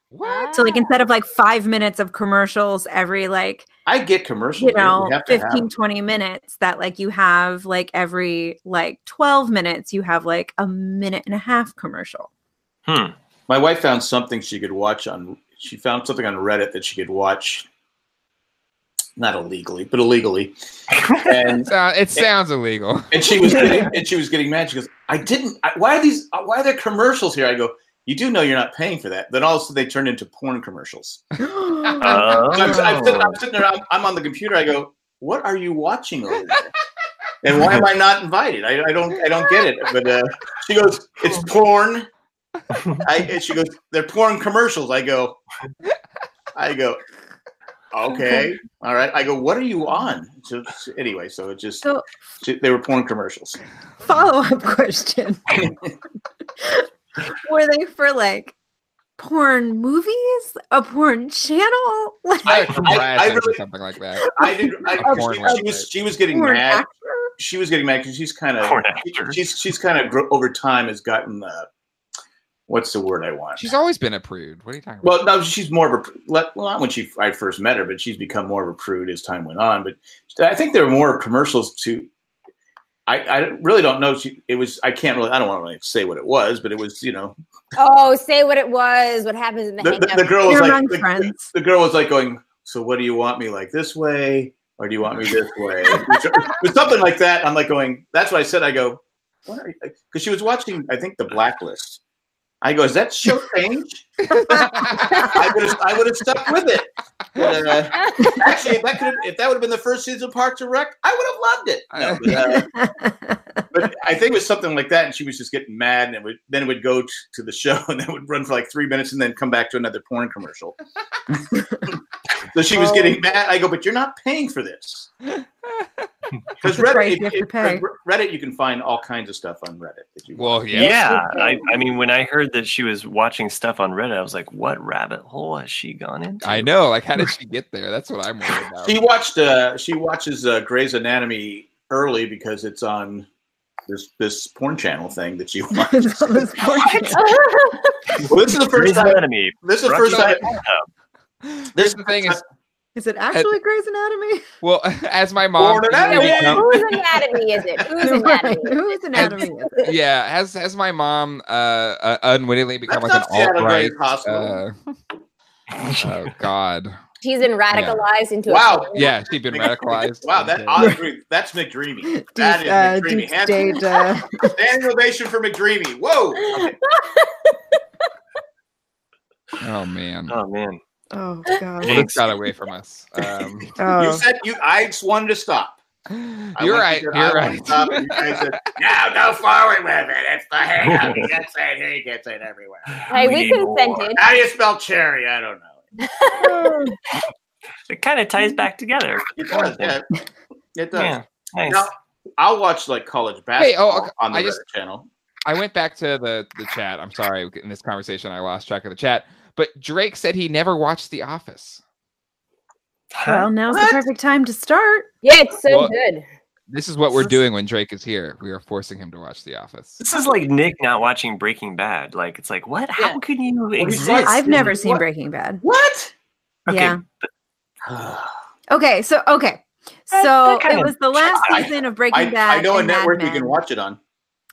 Speaker 1: what?
Speaker 5: So like instead of like five minutes of commercials every like
Speaker 3: I get commercials.
Speaker 5: you know
Speaker 3: We have to have
Speaker 5: 15
Speaker 3: them.
Speaker 5: 20 minutes that like you have like every like 12 minutes you have like a minute and a half commercial
Speaker 2: hmm.
Speaker 3: My wife found something she could watch on. She found something on Reddit that she could watch, not illegally, but illegally. And
Speaker 1: So, it sounds illegal.
Speaker 3: and she was getting, and she was getting mad. She goes, "I didn't. I, why are these? Why are there commercials here?" I go, "You do know you're not paying for that." Then all of a sudden they turned into porn commercials.
Speaker 2: Oh.
Speaker 3: So I'm, I'm, sitting, I'm sitting there. I'm, I'm on the computer. I go, "What are you watching over there?" And why am I not invited? I, I don't. I don't get it. But uh, she goes, "It's porn." I, and she goes, "They're porn commercials." I go, I go, okay, all right. I go, "What are you on?" So, so anyway, so it just
Speaker 5: so
Speaker 3: they were porn commercials.
Speaker 5: follow-up question were they for like porn movies a porn channel like
Speaker 3: I-
Speaker 1: Like from
Speaker 3: I- I
Speaker 1: Brazzers or
Speaker 3: really-
Speaker 1: something like that.
Speaker 3: I did. I,
Speaker 1: A porn
Speaker 3: she, she
Speaker 1: website.
Speaker 3: was she was getting
Speaker 5: porn
Speaker 3: mad.
Speaker 5: actor
Speaker 3: She was getting mad because she's kind
Speaker 5: Oh.
Speaker 2: Porn
Speaker 3: of
Speaker 2: actor.
Speaker 3: she's she's kind of gr- over time has gotten uh, what's the word I want?
Speaker 1: She's always been a prude. What are you talking about?
Speaker 3: well, no, she's more of a let- well not when she I first met her, but she's become more of a prude as time went on. But I think there are more commercials to. I, I really don't know. She, it was I can't really I don't want to really say what it was, but it was you know
Speaker 4: Oh, say what it was. What happens in the,
Speaker 3: the,
Speaker 4: hangout?
Speaker 3: the, the girl was
Speaker 5: You're
Speaker 3: like
Speaker 5: among
Speaker 3: the-
Speaker 5: friends.
Speaker 3: the girl was like going, "So what do you want me like this way, or do you want me this way?" It was something like that. I'm like going, "That's what I said." I go, "What are you?" Because she was watching, I think, The Blacklist. I go, "Is that show change?" I would have, I would have stuck with it. But, uh, actually, if that could, have, if that would have been the first season of Parks and Rec, I would have loved it. No, but, uh, but I think it was something like that, and she was just getting mad, and it would, then it would go t- to the show, and then it would run for like three minutes, and then come back to another porn commercial. so she was getting
Speaker 5: Oh.
Speaker 3: mad. I go, but you're not paying for this because
Speaker 5: the
Speaker 3: Reddit,
Speaker 5: price
Speaker 3: if-
Speaker 5: you have to
Speaker 3: if-
Speaker 5: pay.
Speaker 3: Reddit, you can find all kinds of stuff on Reddit. If you want.
Speaker 1: well, yeah.
Speaker 2: Yeah, I, I mean, when I heard that she was watching stuff on Reddit, I was like, "What rabbit hole has she gone into?"
Speaker 1: I know. Like, how did she get there? That's what I'm worried about.
Speaker 3: She watched. Uh, she watches uh, Grey's Anatomy early because it's on this this porn channel thing that she watches.
Speaker 5: It's all this porn channel.
Speaker 3: well, this is the
Speaker 2: Grey's
Speaker 3: first time.
Speaker 2: Anatomy.
Speaker 3: This is the
Speaker 2: Rock
Speaker 3: first time.
Speaker 2: Solid
Speaker 1: This the thing is,
Speaker 5: is it actually Grey's Anatomy
Speaker 1: well, as my mom,
Speaker 3: Born
Speaker 1: as we
Speaker 3: anatomy.
Speaker 1: become-
Speaker 4: Whose anatomy is it? Whose anatomy?
Speaker 5: who's anatomy is it?
Speaker 1: yeah, has has my mom uh, uh unwittingly become
Speaker 3: That's
Speaker 1: like
Speaker 3: not
Speaker 1: an alt
Speaker 3: Seattle
Speaker 1: right?
Speaker 3: Gray's Hospital.
Speaker 1: Uh, oh God,
Speaker 4: She's been radicalized into a
Speaker 3: Wow.
Speaker 4: porn.
Speaker 1: yeah, she's been radicalized.
Speaker 3: Wow, that I agree. That's McDreamy.
Speaker 5: Deep,
Speaker 3: That is
Speaker 5: uh,
Speaker 3: McDreamy.
Speaker 5: deep
Speaker 3: Hand-
Speaker 5: state, uh,
Speaker 3: Standing ovation for McDreamy. Whoa. Okay.
Speaker 1: oh man,
Speaker 3: Uh,
Speaker 2: Oh man,
Speaker 5: oh god
Speaker 1: well, this got away from us. Um,
Speaker 3: You
Speaker 5: oh.
Speaker 3: said you. I just wanted to stop. I
Speaker 1: you're
Speaker 3: went
Speaker 1: right.
Speaker 3: to
Speaker 1: You're
Speaker 3: the- I wanted
Speaker 1: right.
Speaker 3: to Stop, and you guys said, no, go forward with it. It's the hangout. He gets it here. He gets it everywhere.
Speaker 4: Hey, we
Speaker 2: need more.
Speaker 4: consented.
Speaker 3: How do you spell cherry? I don't know.
Speaker 2: It kind of ties back together.
Speaker 3: It does. Yeah. It does.
Speaker 2: Yeah, nice.
Speaker 3: Now, I'll watch like college
Speaker 1: Hey, oh,
Speaker 3: basketball
Speaker 1: okay.
Speaker 3: on the
Speaker 1: I
Speaker 3: Reddit
Speaker 1: just-
Speaker 3: channel.
Speaker 1: I went back to the the chat. I'm sorry in this conversation I lost track of the chat. But Drake said he never watched The Office.
Speaker 5: well now's the
Speaker 3: What?
Speaker 5: perfect time to start
Speaker 4: Yeah, it's so
Speaker 1: Well,
Speaker 4: good.
Speaker 1: This is what we're doing when Drake is here. We are forcing him to watch The Office.
Speaker 2: This is like Nick not watching Breaking Bad. Like it's like what? How
Speaker 4: Yeah.
Speaker 2: can you
Speaker 3: is
Speaker 2: exist?
Speaker 3: this?
Speaker 5: I've
Speaker 2: in-
Speaker 5: never seen
Speaker 2: what?
Speaker 5: Breaking Bad.
Speaker 3: What?
Speaker 2: Okay.
Speaker 5: Yeah.
Speaker 2: but-
Speaker 5: Okay, so okay, so
Speaker 2: okay.
Speaker 5: it was the last
Speaker 3: I-
Speaker 5: season of Breaking
Speaker 3: I,
Speaker 5: Bad.
Speaker 3: I know a
Speaker 5: and Mad
Speaker 3: network you
Speaker 5: Men.
Speaker 3: can watch it on.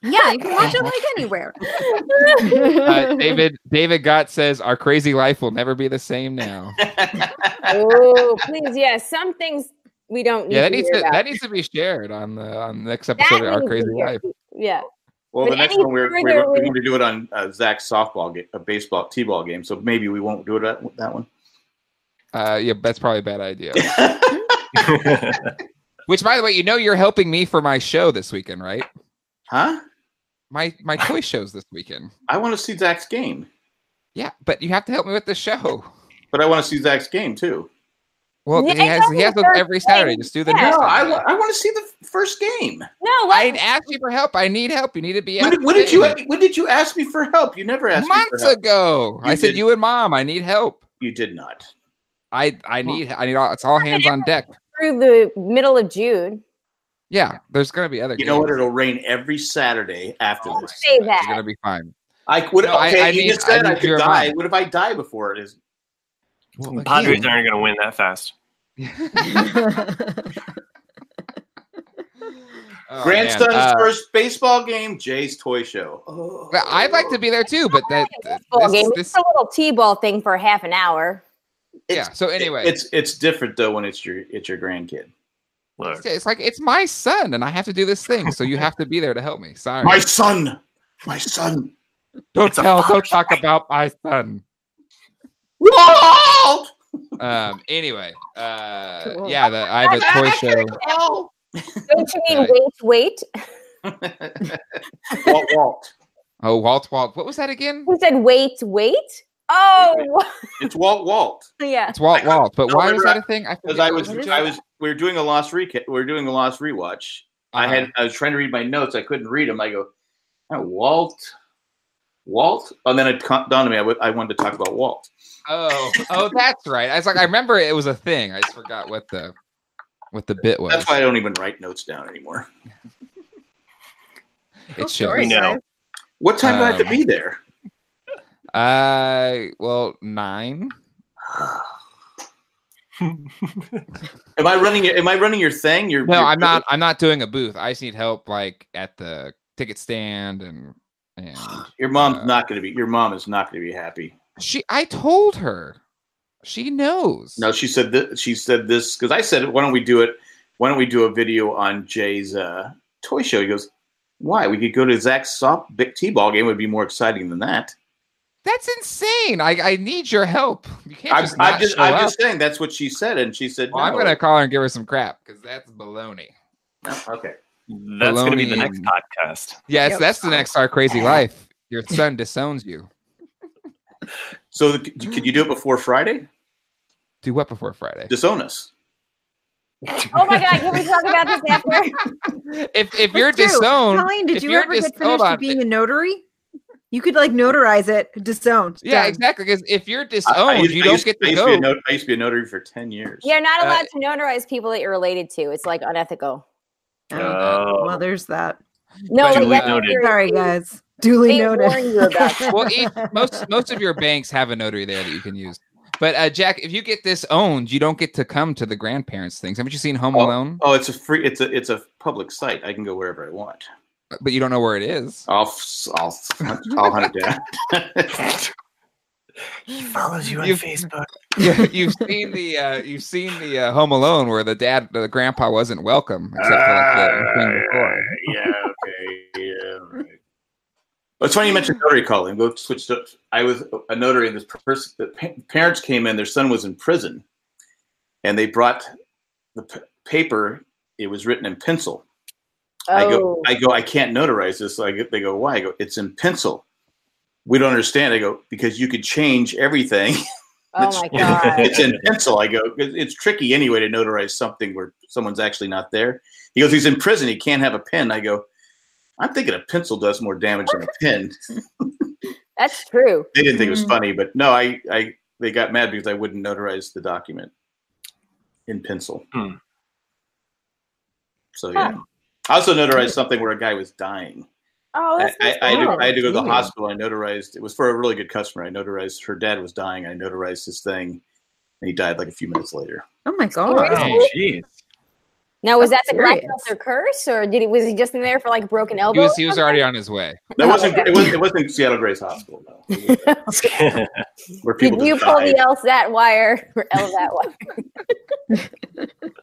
Speaker 5: Yeah, you can watch it like anywhere.
Speaker 1: Uh, David David Gott says our crazy life will never be the same now.
Speaker 4: oh, please, yeah. Some things we don't need.
Speaker 1: yeah, that
Speaker 4: to
Speaker 1: needs
Speaker 4: hear
Speaker 1: to
Speaker 4: about.
Speaker 1: that needs to be shared on the on the next episode of
Speaker 4: That
Speaker 1: Our
Speaker 4: needs to
Speaker 1: Crazy
Speaker 4: hear.
Speaker 1: Life.
Speaker 4: Yeah.
Speaker 3: Well,
Speaker 4: But
Speaker 3: the next
Speaker 4: any
Speaker 3: one we're,
Speaker 4: further
Speaker 3: we're, we're
Speaker 4: we-
Speaker 3: going to do it on uh, Zach's softball game, a baseball, t-ball game. So maybe we won't do it at that one.
Speaker 1: Uh, yeah, that's probably a bad idea. Which, by the way, you know you're helping me for my show this weekend, right?
Speaker 3: huh?
Speaker 1: My my toy shows this weekend.
Speaker 3: I want to see Zach's game,
Speaker 1: Yeah, but you have to help me with the show.
Speaker 3: but I want to see Zach's game too.
Speaker 1: Well,
Speaker 4: Yeah,
Speaker 1: he has
Speaker 4: it's
Speaker 1: he has those
Speaker 4: only Thursday.
Speaker 1: every Saturday. Just do the
Speaker 4: Yeah.
Speaker 1: next.
Speaker 3: No, I,
Speaker 1: Saturday.
Speaker 3: wa- I want to see the first game.
Speaker 4: No,
Speaker 1: I
Speaker 4: like,
Speaker 1: didn't ask you for help. I need help. You need to be.
Speaker 3: When
Speaker 1: at
Speaker 3: did,
Speaker 1: the
Speaker 3: when did you
Speaker 1: thing.
Speaker 3: when did you ask me for help? You never asked me for
Speaker 1: Months
Speaker 3: help.
Speaker 1: ago,
Speaker 3: You
Speaker 1: I said
Speaker 3: did.
Speaker 1: you and mom. I need help.
Speaker 3: You did not.
Speaker 1: I I need I need all, it's all hands on deck.
Speaker 4: through the middle of June.
Speaker 1: Yeah, there's gonna be other.
Speaker 3: You know what?
Speaker 1: games.
Speaker 3: It'll rain every Saturday after
Speaker 4: Don't
Speaker 3: this.
Speaker 4: say
Speaker 1: It's
Speaker 4: that.
Speaker 1: gonna be fine.
Speaker 3: I would.
Speaker 1: No, Oh, I-
Speaker 3: okay,
Speaker 1: I
Speaker 3: you
Speaker 1: need-
Speaker 3: just said
Speaker 1: I
Speaker 3: I,
Speaker 1: need
Speaker 3: could
Speaker 1: your
Speaker 3: die.
Speaker 1: mind.
Speaker 3: What if I die before it is?
Speaker 2: Padres aren't going to win that fast.
Speaker 1: Oh,
Speaker 3: Grandson's
Speaker 1: man. Uh,
Speaker 3: first baseball game, Jay's toy show. Oh.
Speaker 1: well, I'd like to be there too, but that
Speaker 4: Baseball
Speaker 1: this,
Speaker 4: game.
Speaker 1: this-
Speaker 4: It's a little t-ball thing for half an hour.
Speaker 1: yeah.
Speaker 3: It's-
Speaker 1: So anyway, it's,
Speaker 3: it's it's different though when it's your it's your grandkid.
Speaker 2: Look,
Speaker 1: it's like it's my son, and I have to do this thing, so you have to be there to help me. Sorry,
Speaker 3: My son, my son,
Speaker 1: don't
Speaker 2: it's a
Speaker 1: tell, don't
Speaker 2: father's
Speaker 1: talk about my son.
Speaker 3: Walt.
Speaker 1: Um. Anyway, uh,
Speaker 5: Cool.
Speaker 1: yeah, the, I have a toy show.
Speaker 3: Walt,
Speaker 4: Don't you mean
Speaker 1: Right.
Speaker 4: wait, wait?
Speaker 3: Walt.
Speaker 1: Oh, Walt, Walt, what was that again?
Speaker 4: Who said wait, wait? Oh,
Speaker 3: It's Walt Walt.
Speaker 4: yeah.
Speaker 1: It's Walt,
Speaker 3: I couldn't-
Speaker 1: Walt. But
Speaker 3: no,
Speaker 1: why
Speaker 3: we
Speaker 1: was
Speaker 3: were-
Speaker 1: that a thing?
Speaker 3: Because
Speaker 1: forget
Speaker 3: I
Speaker 1: what
Speaker 3: was
Speaker 1: the
Speaker 3: I
Speaker 1: joke.
Speaker 3: was we were doing a lost recap. We were doing a lost rewatch. I
Speaker 1: Uh-huh.
Speaker 3: had I was trying to read my notes. I couldn't read them. I go, "Oh, Walt, Walt, and then it con- dawned on me. I, w- I wanted to talk about Walt.
Speaker 1: Oh, oh, that's right. I was like, I remember it was a thing. I just forgot what the what the bit was.
Speaker 3: That's why I don't even write notes down anymore.
Speaker 5: Cool
Speaker 1: it
Speaker 5: story,
Speaker 1: shows.
Speaker 2: No.
Speaker 5: guys.
Speaker 3: What time do I have to
Speaker 1: Um,
Speaker 3: be there?
Speaker 1: Uh, well, nine.
Speaker 3: Am I running? your- Am I running your thing? Your
Speaker 1: No,
Speaker 3: your-
Speaker 1: I'm not. I'm not doing a booth. I just need help, like at the ticket stand, and and
Speaker 3: Your mom's
Speaker 1: Uh,
Speaker 3: not going to be. Your mom is not going to be happy.
Speaker 1: she. I told her. She knows.
Speaker 3: No, she said that. She said this because I said, "Why don't we do it? Why don't we do a video on Jay's uh, toy show?" He goes, "Why? We could go to Zach's soft big t-ball game. Would be more exciting than that."
Speaker 1: that's insane. I I need your help. You can't
Speaker 3: I'm
Speaker 1: just
Speaker 3: just,
Speaker 1: not
Speaker 3: I'm, just,
Speaker 1: show
Speaker 3: I'm
Speaker 1: up.
Speaker 3: just saying that's what she said, and she said,
Speaker 1: Well, I'm
Speaker 3: no.
Speaker 1: gonna call her and give her some crap because that's baloney.
Speaker 3: No, okay."
Speaker 2: that's going to be the next
Speaker 1: Baloney.
Speaker 2: podcast.
Speaker 1: Yes,
Speaker 5: Yep.
Speaker 1: that's the next Our Crazy Life. Your son disowns you.
Speaker 3: So c- could you do it before Friday?
Speaker 1: Do what before Friday?
Speaker 3: Disown us.
Speaker 4: Oh my God, can we talk about this after?
Speaker 1: if if you're
Speaker 5: Let's do.
Speaker 1: disowned,
Speaker 5: Colleen, did
Speaker 1: if
Speaker 5: you
Speaker 1: you're
Speaker 5: ever get
Speaker 1: dis- hold
Speaker 5: finished
Speaker 1: on.
Speaker 5: with being a notary? You could like notarize it, disowned.
Speaker 1: yeah,
Speaker 5: done.
Speaker 1: exactly. Because if you're
Speaker 3: I-
Speaker 1: disowned,
Speaker 3: I used-
Speaker 1: you
Speaker 3: I
Speaker 1: don't
Speaker 3: used-
Speaker 1: get
Speaker 3: I
Speaker 1: to
Speaker 3: used
Speaker 1: go.
Speaker 3: be a no- I used to be a notary for ten years.
Speaker 4: You're not
Speaker 1: Uh,
Speaker 4: allowed to notarize people that you're related to. It's like unethical.
Speaker 2: Oh.
Speaker 5: Well, there's that.
Speaker 4: No,
Speaker 1: Duly
Speaker 4: like, that's
Speaker 2: noted.
Speaker 4: your-
Speaker 5: Sorry, guys. Duly
Speaker 4: They
Speaker 5: noted.
Speaker 4: warn you about that.
Speaker 1: well, each, most most of your banks have a notary there that you can use. But uh, Jack, if you get disowned, you don't get to come to the grandparents' things. Haven't you seen Home Alone?
Speaker 3: Oh, it's a free. It's a it's a public site. I can go wherever I want.
Speaker 1: But you don't know where it is.
Speaker 3: I'll f- I'll f- I'll hunt it down.
Speaker 2: He follows you on
Speaker 1: You-
Speaker 2: Facebook.
Speaker 1: You- you've seen the uh, you've seen the uh, Home Alone where the dad, the grandpa wasn't welcome except for like the thing before.
Speaker 3: yeah, okay, yeah, right. Well, it's funny you mentioned notary calling. Go switch to. I was a notary, and this person, the pa- parents came in. Their son was in prison, and they brought the p- paper. It was written in pencil. I go,
Speaker 4: Oh,
Speaker 3: I go, I can't notarize this. So I go, they go, why? I go, it's in pencil. We don't understand. I go because you could change everything.
Speaker 4: oh my God.
Speaker 3: it's in pencil. I go, "It- it's tricky anyway to notarize something where someone's actually not there. He goes, he's in prison. He can't have a pen. I go, I'm thinking a pencil does more damage than a pen.
Speaker 4: That's true.
Speaker 3: They didn't think it was
Speaker 5: Mm.
Speaker 3: funny, but no, I, I, they got mad because I wouldn't notarize the document in pencil.
Speaker 2: Hmm.
Speaker 3: So yeah. I also notarized something where a guy was dying.
Speaker 4: Oh,
Speaker 3: I,
Speaker 4: that's
Speaker 3: I, I, had to, I had to go to the
Speaker 1: Ooh.
Speaker 3: hospital. I notarized. It was for a really good customer. I notarized her dad was dying. I notarized his thing, and he died like a few minutes later.
Speaker 5: Oh my god.
Speaker 4: Seriously?
Speaker 2: Oh, jeez.
Speaker 4: Now was that
Speaker 5: That's
Speaker 4: the Black
Speaker 5: serious.
Speaker 4: Panther curse, or did he was he just in there for like broken elbows?
Speaker 1: He was he was already on his way.
Speaker 3: That wasn't. It wasn't. It wasn't Seattle Grace Hospital though, where people
Speaker 4: Did you
Speaker 3: just
Speaker 4: pull
Speaker 3: died.
Speaker 4: the else that wire or L that wire?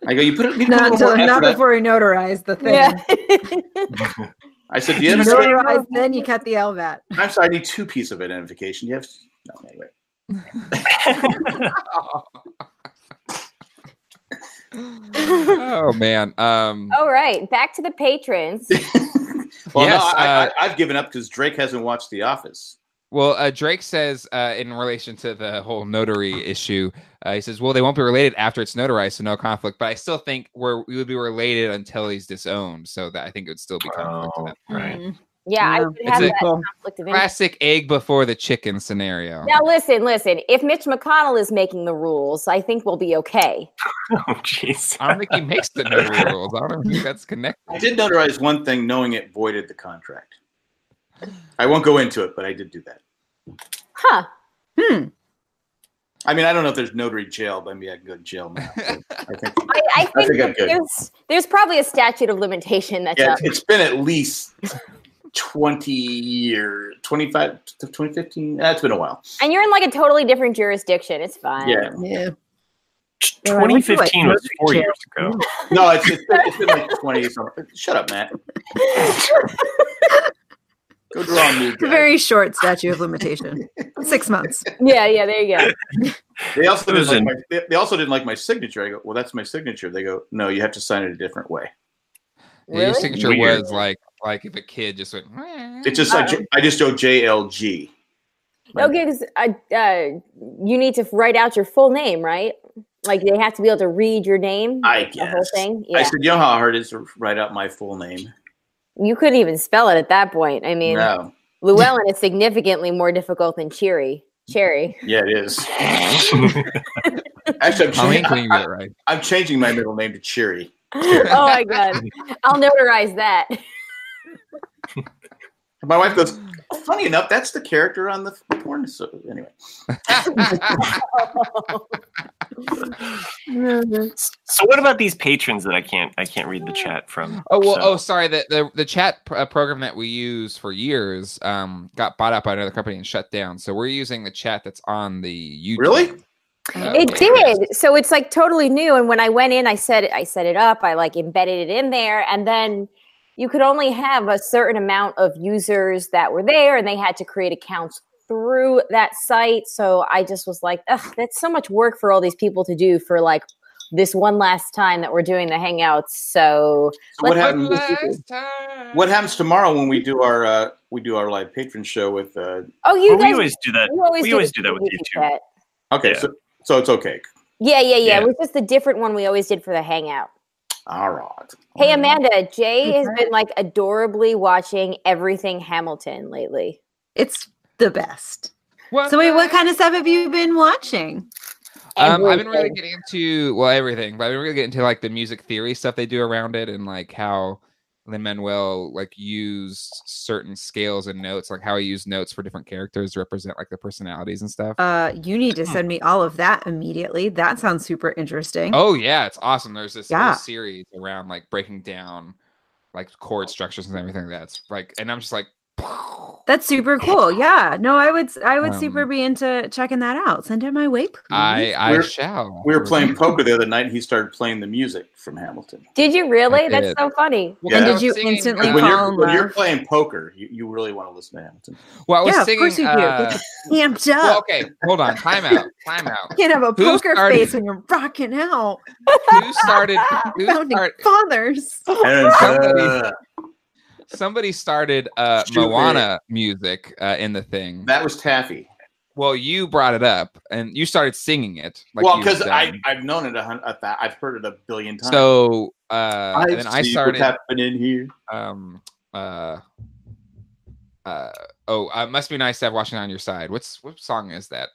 Speaker 3: I go. You put it. You put a little
Speaker 5: Not until
Speaker 3: more
Speaker 5: not
Speaker 3: effort.
Speaker 5: before he notarized the thing.
Speaker 4: yeah.
Speaker 3: I said the
Speaker 5: You
Speaker 3: identification.
Speaker 5: notarize, then you cut the LVAT.
Speaker 3: I'm sorry. I need two piece of identification. You have. No, anyway.
Speaker 1: oh man. Um
Speaker 4: All right, back to the patrons.
Speaker 3: Well,
Speaker 1: Yes,
Speaker 3: no, I,
Speaker 1: uh,
Speaker 3: I, I've given up because Drake hasn't watched The Office.
Speaker 1: Well, uh, Drake says uh, in relation to the whole notary issue, uh, he says, "Well, they won't be related after it's notarized, so no conflict." But I still think we're we would be related until he's disowned, so that I think it would still be conflict. to
Speaker 2: Oh,
Speaker 1: them.
Speaker 5: Mm.
Speaker 2: right.
Speaker 4: Yeah, I
Speaker 5: Mm-hmm. Yeah.
Speaker 4: would
Speaker 1: It's
Speaker 4: have
Speaker 1: a
Speaker 4: that conflict of interest.
Speaker 1: Classic egg before the chicken scenario.
Speaker 4: Now listen, listen. If Mitch McConnell is making the rules, I think we'll be okay.
Speaker 2: Oh, jeez.
Speaker 1: I don't think he makes the notary rules. I don't think that's
Speaker 3: I
Speaker 1: connected.
Speaker 3: did notarize one thing, knowing it voided the contract. I won't go into it, but I did do that.
Speaker 4: Huh.
Speaker 5: Hmm.
Speaker 3: I mean, I don't know if there's notary jail, but I mean, I can go to jail now. I think,
Speaker 4: I, I
Speaker 3: I
Speaker 4: think
Speaker 3: think I'm good.
Speaker 4: there's there's probably a statute of limitation that's
Speaker 3: Yeah,
Speaker 4: up.
Speaker 3: it's been at least 20 years, 25, 2015. That's eh, been a while.
Speaker 4: And you're in like a totally different jurisdiction. It's fine.
Speaker 3: Yeah.
Speaker 5: Yeah. Yeah, I went to, like,
Speaker 2: 2015 was four
Speaker 5: jail.
Speaker 2: years ago.
Speaker 3: No, it's, it's, been, it's been like 20 something. Shut up, Matt. Go draw a new
Speaker 5: It's a
Speaker 3: guy.
Speaker 5: very short statute of limitation. Six months.
Speaker 4: Yeah, yeah, there you go.
Speaker 3: they, also didn't like
Speaker 2: Listen.
Speaker 3: my, they, they also didn't like my signature. I go, well, that's my signature. They go, no, you have to sign it a different way.
Speaker 1: Yeah, Your
Speaker 4: Really?
Speaker 1: signature
Speaker 2: Weird.
Speaker 1: was like like if a kid just went.
Speaker 3: It just I, ju- I just go JLG.
Speaker 4: Okay, because uh, uh, you need to write out your full name, right? Like they have to be able to read your name.
Speaker 3: I
Speaker 4: like, The whole
Speaker 3: guess.
Speaker 4: thing.
Speaker 3: I
Speaker 4: Yeah.
Speaker 3: said, you know how hard it is to write out my full name?
Speaker 4: You couldn't even spell it at that point. I mean,
Speaker 3: No.
Speaker 4: Llewellyn is significantly more difficult than Cherry. Cherry.
Speaker 3: Yeah, it is. Actually, I'm,
Speaker 1: How many
Speaker 3: changing,
Speaker 1: can you
Speaker 3: I,
Speaker 1: get right?
Speaker 3: am changing my middle name to Cheery.
Speaker 4: oh my god. I'll notarize that.
Speaker 3: My wife goes, "Oh, funny enough, that's the character on the porn. So, anyway,
Speaker 4: Mm-hmm.
Speaker 2: So what about these patrons that I can't I can't read the chat from?
Speaker 1: Oh well.
Speaker 2: So-
Speaker 1: Oh, sorry. The the, the chat pr- uh, program that we use for years um got bought out by another company and shut down. So we're using the chat that's on the YouTube.
Speaker 3: Really?
Speaker 1: Uh,
Speaker 4: It did. So it's like totally new. And when I went in, I set I set it up. I like embedded it in there, and then you could only have a certain amount of users that were there, and they had to create accounts through that site. So I just was like, Ugh, that's so much work for all these people to do for like this one last time that we're doing the hangouts. So
Speaker 3: So what
Speaker 4: Like,
Speaker 1: One
Speaker 3: happens?
Speaker 1: last time.
Speaker 3: What happens tomorrow when we do our uh, we do our live patron show with? Uh,
Speaker 4: oh, you
Speaker 2: Well,
Speaker 4: guys,
Speaker 2: we always do that.
Speaker 4: you always
Speaker 2: we
Speaker 4: do
Speaker 2: always do
Speaker 4: the
Speaker 2: that with
Speaker 4: community
Speaker 2: YouTube.
Speaker 4: chat.
Speaker 3: okay,
Speaker 2: Yeah.
Speaker 3: so so it's okay.
Speaker 4: Yeah, yeah, yeah.
Speaker 2: Yeah.
Speaker 4: It was just the different one we always did for the hangout.
Speaker 3: All right.
Speaker 4: Hey Amanda, Jay has
Speaker 5: Okay.
Speaker 4: been like adorably watching everything Hamilton lately.
Speaker 5: It's the best.
Speaker 1: What
Speaker 5: So wait,
Speaker 1: the-
Speaker 5: what kind of stuff have you been watching?
Speaker 1: Um, I've been really
Speaker 4: Everything.
Speaker 1: getting into well everything, but I've been really getting into like the music theory stuff they do around it, and like how Lin Manuel like used certain scales and notes, like how he used notes for different characters to represent like the personalities and stuff.
Speaker 5: Uh, you need to
Speaker 1: Hmm.
Speaker 5: send me all of that immediately. That sounds super interesting.
Speaker 1: Oh yeah, it's awesome. There's this whole
Speaker 5: Mm-hmm. Yeah.
Speaker 1: series around like breaking down like chord structures and everything. That's like, and I'm just like,
Speaker 5: That's super cool. Yeah. No, I would I would super
Speaker 1: Um,
Speaker 5: be into checking that out. Send it my way, please.
Speaker 1: I I
Speaker 3: We're-
Speaker 1: shall.
Speaker 3: We were playing poker the other night. and He started playing the music from Hamilton.
Speaker 4: Did you really?
Speaker 1: I
Speaker 4: That's
Speaker 1: did.
Speaker 4: so funny.
Speaker 1: Well,
Speaker 3: And
Speaker 1: I
Speaker 5: did
Speaker 1: was
Speaker 5: you
Speaker 1: singing,
Speaker 5: instantly
Speaker 1: uh,
Speaker 3: when
Speaker 5: fall
Speaker 3: you're,
Speaker 5: in
Speaker 3: when you're
Speaker 5: love.
Speaker 3: playing poker, you, you really want to listen to Hamilton.
Speaker 1: Well, I was
Speaker 5: Yeah, of
Speaker 1: singing.
Speaker 5: course you do.
Speaker 1: uh,
Speaker 5: Amped up.
Speaker 1: well, okay, hold on. Time out. Time out.
Speaker 5: you can't have a
Speaker 1: who
Speaker 5: poker
Speaker 1: started-
Speaker 5: face when you're rocking out.
Speaker 1: Who started? Who
Speaker 5: Founding
Speaker 1: started?
Speaker 5: fathers.
Speaker 3: And, uh,
Speaker 1: Somebody- Somebody started uh,
Speaker 3: Stupid.
Speaker 1: Moana music uh, in the thing.
Speaker 3: that was Taffy.
Speaker 1: Well, you brought it up, and you started singing it. Like
Speaker 3: well,
Speaker 1: you
Speaker 3: because
Speaker 1: had
Speaker 3: I
Speaker 1: done.
Speaker 3: I've known it a hundred, a thou- I've heard it a billion times.
Speaker 1: so uh, and then I
Speaker 3: see
Speaker 1: started.
Speaker 3: what's happening here.
Speaker 1: um uh uh oh uh, must be nice to have washington on your side what's what song is that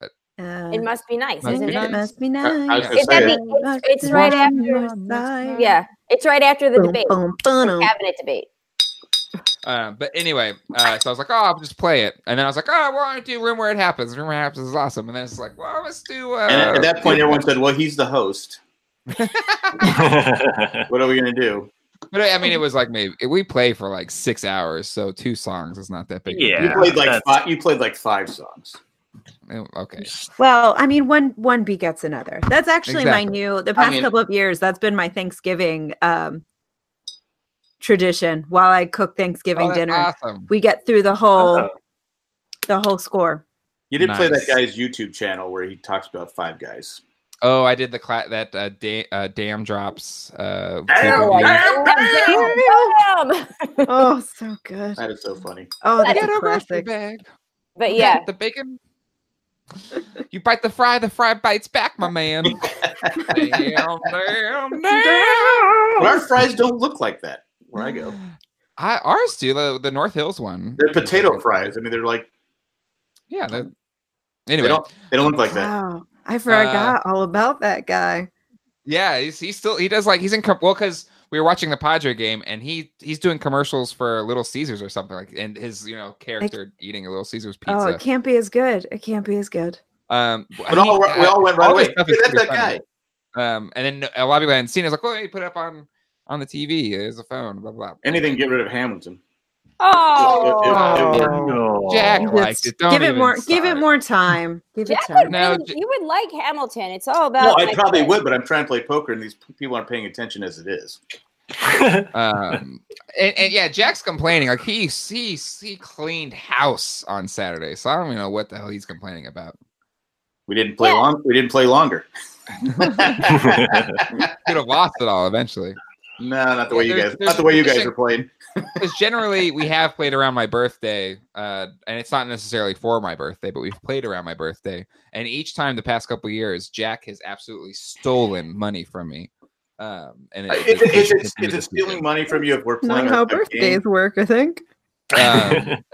Speaker 1: that
Speaker 5: Uh,
Speaker 4: It must be nice,
Speaker 1: Must
Speaker 4: isn't
Speaker 1: be
Speaker 4: it?
Speaker 1: nice.
Speaker 5: it must be
Speaker 6: I was
Speaker 5: nice.
Speaker 6: gonna It-
Speaker 4: say that it.
Speaker 5: Must
Speaker 4: it's- it's
Speaker 5: be
Speaker 4: right
Speaker 5: nice
Speaker 4: after-
Speaker 5: on the side.
Speaker 4: Yeah, it's right after the
Speaker 5: Boom,
Speaker 4: debate,
Speaker 5: boom, boom.
Speaker 4: the cabinet debate.
Speaker 1: Uh, but anyway, uh, so I was like, oh, I'll just play it. And then I was like, oh, well, I want to do Room Where It Happens. Room Where It Happens is awesome. And then it's like, well, let's do. Uh,
Speaker 6: And at- at that point, everyone said, "Well, he's the host. What are we gonna do?"
Speaker 1: But I mean, it was like maybe we play for like six hours, so two songs is not that big. of a
Speaker 2: Yeah.
Speaker 6: You played like
Speaker 2: that's-
Speaker 6: five, you played like five songs.
Speaker 1: deal. Oh, Okay.
Speaker 5: Well, I mean, one one begets another. That's actually my
Speaker 1: Exactly.
Speaker 5: new. The past
Speaker 6: mean-
Speaker 5: couple of years, that's been my Thanksgiving um, tradition. While I cook
Speaker 1: Oh,
Speaker 5: Thanksgiving
Speaker 1: that's
Speaker 5: dinner,
Speaker 1: awesome.
Speaker 5: we get through the whole
Speaker 2: Uh-huh.
Speaker 5: the whole score.
Speaker 6: You did play that
Speaker 1: Nice.
Speaker 6: guy's YouTube channel where he talks about Five Guys.
Speaker 1: Oh, I did the cla- that uh, da- uh, damn drops. Uh, tape
Speaker 6: Damn,
Speaker 1: of you.
Speaker 6: damn.
Speaker 4: Damn, damn.
Speaker 5: oh, so good.
Speaker 6: That is so funny.
Speaker 5: Oh, that's
Speaker 1: Get
Speaker 5: a
Speaker 1: a grocery
Speaker 5: classic.
Speaker 1: bag.
Speaker 4: But
Speaker 1: bite
Speaker 4: yeah,
Speaker 1: the bacon. You bite the fry, the fry bites back, my man. damn, damn, damn.
Speaker 6: But our fries don't look like that where I go.
Speaker 1: I ours do the, the North Hills one.
Speaker 6: They're potato fries. I mean, they're like
Speaker 1: Yeah. they're-
Speaker 6: they
Speaker 1: Anyway,
Speaker 6: don't they don't look like that.
Speaker 5: Wow,
Speaker 1: Uh,
Speaker 5: I forgot all about that guy.
Speaker 1: yeah, he's, he's still he does like he's in com- well because we were watching the Padre game and he he's doing commercials for Little Caesars or something like and his you know character eating a Little Caesars
Speaker 5: Oh,
Speaker 1: pizza.
Speaker 5: it can't be as good. It can't be as good.
Speaker 1: um,
Speaker 6: But all,
Speaker 1: he-
Speaker 6: we all went right
Speaker 1: all this
Speaker 6: away.
Speaker 1: stuff
Speaker 6: Hey,
Speaker 1: is
Speaker 6: that's
Speaker 1: pretty
Speaker 6: that
Speaker 1: funny.
Speaker 6: guy.
Speaker 1: Um, and then a lot of people hadn't seen. it. It's like, oh, you put it up on on the TV. There's a phone. Blah blah.
Speaker 6: Anything to get rid of Hamilton.
Speaker 4: oh,
Speaker 6: It- it- it worked.
Speaker 2: No.
Speaker 1: Jack liked
Speaker 5: Just
Speaker 1: it. Don't
Speaker 5: give it
Speaker 1: even
Speaker 5: more. Give it
Speaker 1: start.
Speaker 5: more time. Give
Speaker 4: Jack
Speaker 5: it
Speaker 4: would
Speaker 5: time.
Speaker 1: No,
Speaker 4: really-
Speaker 1: J-
Speaker 4: you would like Hamilton. It's all about.
Speaker 6: No, I
Speaker 4: like,
Speaker 6: probably
Speaker 4: the-
Speaker 6: would, but I'm trying to play poker, and these p- people aren't paying attention as it is.
Speaker 1: Um, and, and yeah, Jack's complaining. Like he he he cleaned house on Saturday, so I don't even know what the hell he's complaining about.
Speaker 6: We didn't play
Speaker 4: Yeah.
Speaker 6: long. We didn't play longer. no,
Speaker 1: Could have lost it all eventually.
Speaker 6: not the way you
Speaker 1: There's-
Speaker 6: guys.
Speaker 1: there's
Speaker 6: Not the way you guys
Speaker 1: fishing-
Speaker 6: are playing.
Speaker 1: Because generally we have played around my birthday, uh, and it's not necessarily for my birthday, but we've played around my birthday. And each time the past couple years, Jack has absolutely stolen money from me. Um, and
Speaker 6: Is
Speaker 1: it,
Speaker 6: Uh, it, is it,
Speaker 1: continued
Speaker 6: is it
Speaker 1: this
Speaker 6: stealing
Speaker 1: weekend.
Speaker 6: money from you if we're playing
Speaker 5: Not
Speaker 6: a,
Speaker 5: how
Speaker 6: a game?
Speaker 5: birthdays work. I think.
Speaker 6: Uh,
Speaker 1: Um, And no, it,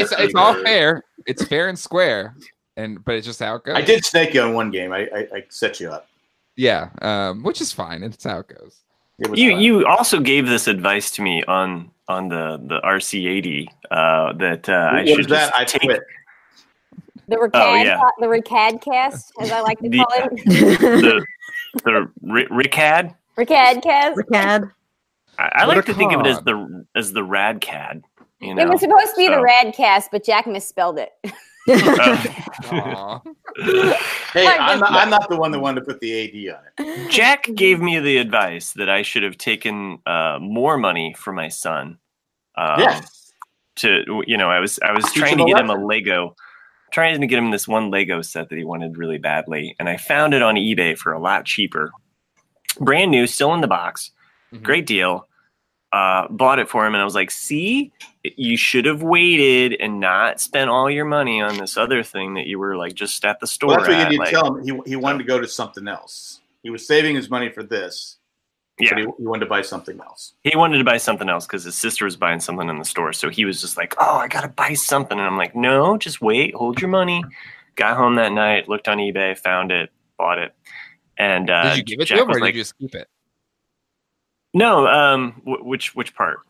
Speaker 1: it's
Speaker 6: Nasty
Speaker 1: it's all
Speaker 6: bird.
Speaker 1: fair. It's fair and square, and but it's just how it goes.
Speaker 6: I did snake you on one game. I, I, I set you up.
Speaker 1: yeah. Um, which is fine. It's how it goes.
Speaker 6: It was
Speaker 2: you
Speaker 6: fun.
Speaker 2: you also gave this advice to me on on the the RC80 uh, that uh, I
Speaker 6: What
Speaker 2: should
Speaker 6: was that?
Speaker 2: just
Speaker 6: I
Speaker 2: take
Speaker 6: quit.
Speaker 4: the Ricad,
Speaker 2: Oh, yeah.
Speaker 4: the Ricad cast, as I like to
Speaker 2: The-
Speaker 4: call it,
Speaker 2: the the Ri- Rickad.
Speaker 4: Ricad cast.
Speaker 5: Ricad.
Speaker 2: I, I
Speaker 1: What
Speaker 2: like
Speaker 1: a
Speaker 2: to think of it as
Speaker 1: con.
Speaker 2: the as the Radcad. You know.
Speaker 4: It was supposed to be the
Speaker 2: so-
Speaker 4: Rad cast, but Jack misspelled it.
Speaker 2: Uh,
Speaker 1: Aw.
Speaker 6: Hey,
Speaker 4: Like
Speaker 6: I'm
Speaker 4: this-
Speaker 6: not, I'm not the one that wanted to put the AD on it.
Speaker 1: Uh,
Speaker 4: Mm-hmm.
Speaker 2: Jack gave me the advice that I should have taken uh, more money for my son. Um,
Speaker 6: yes.
Speaker 2: To you know, I was I was
Speaker 6: Teach
Speaker 2: trying
Speaker 6: him
Speaker 2: to
Speaker 6: a
Speaker 2: get him a
Speaker 6: lesson.
Speaker 2: Lego, trying to get him this one Lego set that he wanted really badly, and I found it on eBay for a lot cheaper, brand new, still in the box,
Speaker 6: Mm-hmm.
Speaker 1: Mhm.
Speaker 2: great deal. Uh, bought it for him, and I was like, "See, you should have waited and not spent all your money on this other thing that you were like just at the store."
Speaker 6: Well, that's what you
Speaker 2: at,
Speaker 6: need to
Speaker 2: like-
Speaker 6: tell him. He, he wanted to go to something else. He was saving his money for this,
Speaker 2: Yeah.
Speaker 6: but he, he wanted to buy something else.
Speaker 2: he wanted to buy something else because his sister was buying something in the store. So he was just like, "Oh, I gotta buy something," and I'm like, "No, just wait, hold your money." Got home that night, looked on eBay, found it, bought it, and uh,
Speaker 1: did you give it
Speaker 2: Jack
Speaker 1: to him, or
Speaker 2: was
Speaker 1: did
Speaker 2: like,
Speaker 1: you just keep it?
Speaker 2: "No, um, wh- which which part?"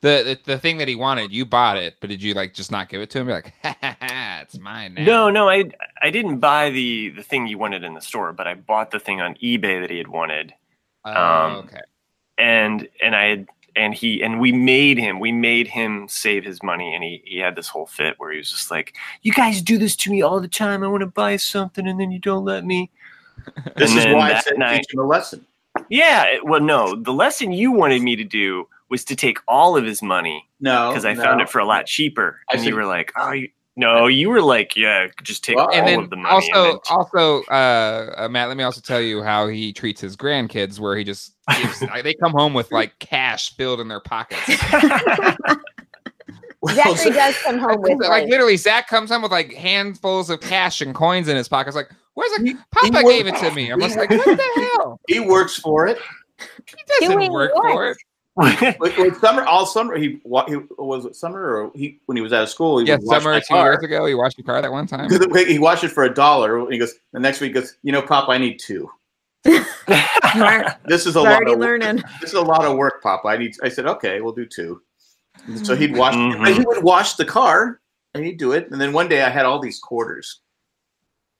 Speaker 1: The, the the thing that he wanted, you bought it, but did you like just not give it to him? You're like, ha ha ha, it's mine now.
Speaker 2: No, no, I I didn't buy the the thing you wanted in the store, but I bought the thing on eBay that he had wanted,
Speaker 1: Oh,
Speaker 2: um,
Speaker 1: okay.
Speaker 2: and and I had and he and we made him we made him save his money and he, he had this whole fit where he was just like you guys do this to me all the time i want to buy something and then you don't let me
Speaker 6: This
Speaker 2: And
Speaker 6: is
Speaker 2: then
Speaker 6: why I
Speaker 2: that
Speaker 6: said
Speaker 2: night-
Speaker 6: teach him a lesson.
Speaker 2: yeah it- well no the lesson you wanted me to do was to take all of his money
Speaker 6: No,
Speaker 2: because i
Speaker 6: Oh, no.
Speaker 2: found it for a lot cheaper
Speaker 6: I
Speaker 2: and you
Speaker 6: see.
Speaker 2: were like oh you, no you were like yeah just take
Speaker 6: Well,
Speaker 2: all
Speaker 1: And
Speaker 2: of the
Speaker 1: then
Speaker 2: money and
Speaker 1: also,
Speaker 2: then-
Speaker 1: also, uh, uh, Matt, let me also tell you how he treats his grandkids, where he just gives, like, they come home with like cash filled in their pockets.
Speaker 6: Well,
Speaker 4: Zachary
Speaker 6: so-
Speaker 4: does come home Oh, with
Speaker 1: like
Speaker 4: like,
Speaker 1: literally, Zach comes home with like handfuls of cash and coins in his pockets. Like, where's
Speaker 6: He-
Speaker 1: it? Papa
Speaker 6: worked-
Speaker 1: gave it to me. I'm just like, what the hell?
Speaker 6: he works for it.
Speaker 1: He doesn't
Speaker 4: Doing
Speaker 1: work
Speaker 4: what?
Speaker 1: for it.
Speaker 3: Like, like summer, all summer he wa- he was it summer or he when he was out of school. He
Speaker 1: yeah,
Speaker 3: would wash
Speaker 1: summer
Speaker 3: my
Speaker 1: two
Speaker 3: car.
Speaker 1: years ago, he washed your car that one time.
Speaker 3: 'Cause it- he watched it for a dollar, and he goes. The next week, he goes. You know, Pop, I need two.
Speaker 5: Smart.
Speaker 3: This is a
Speaker 5: He's
Speaker 3: lot.
Speaker 5: already
Speaker 3: Of, work.
Speaker 5: learning.
Speaker 3: This is a lot of work, Pop. I need. I said, okay, we'll do two. So he'd wash.
Speaker 2: Mhm.
Speaker 3: and he would wash the car, and he'd do it. And then one day, I had all these quarters.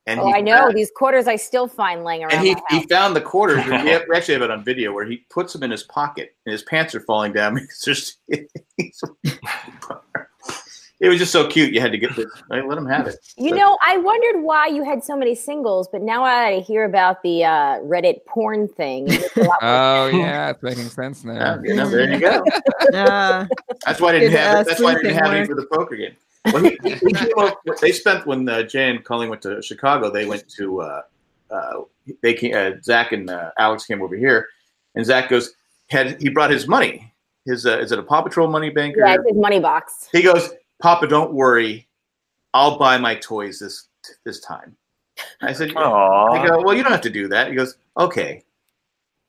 Speaker 3: And
Speaker 4: Oh,
Speaker 3: he-
Speaker 4: I know these quarters I still find laying around.
Speaker 3: And he,
Speaker 4: my
Speaker 3: he
Speaker 4: house.
Speaker 3: found the quarters. and we have- we actually have it on video where he puts them in his pocket, and his pants are falling down because there's. it was just so cute. You had to get this. I let him have it.
Speaker 4: you know, I wondered why you had so many singles, but now I hear about the uh, Reddit porn thing. It's a lot more-
Speaker 1: Oh yeah, it's making sense now.
Speaker 3: Yeah, uh, you know, there you go.
Speaker 5: Yeah.
Speaker 3: That's why I didn't
Speaker 5: Did,
Speaker 3: have
Speaker 5: uh,
Speaker 3: it. That's why I didn't
Speaker 5: sleeping
Speaker 3: have any
Speaker 5: work.
Speaker 3: for the poker game. Well, he, he came up- they spent when uh, Jay and Colleen went to Chicago. They went to uh, uh, they came, uh, Zach and uh, Alex came over here, and Zach goes had he brought his money. His uh, is it a Paw Patrol money banker?
Speaker 4: yeah, it's his money box.
Speaker 3: He goes, Papa, don't worry, I'll buy my toys this this time. I said,
Speaker 2: Oh.
Speaker 3: I
Speaker 2: Aww.
Speaker 3: go, well, you don't have to do that. He goes, okay.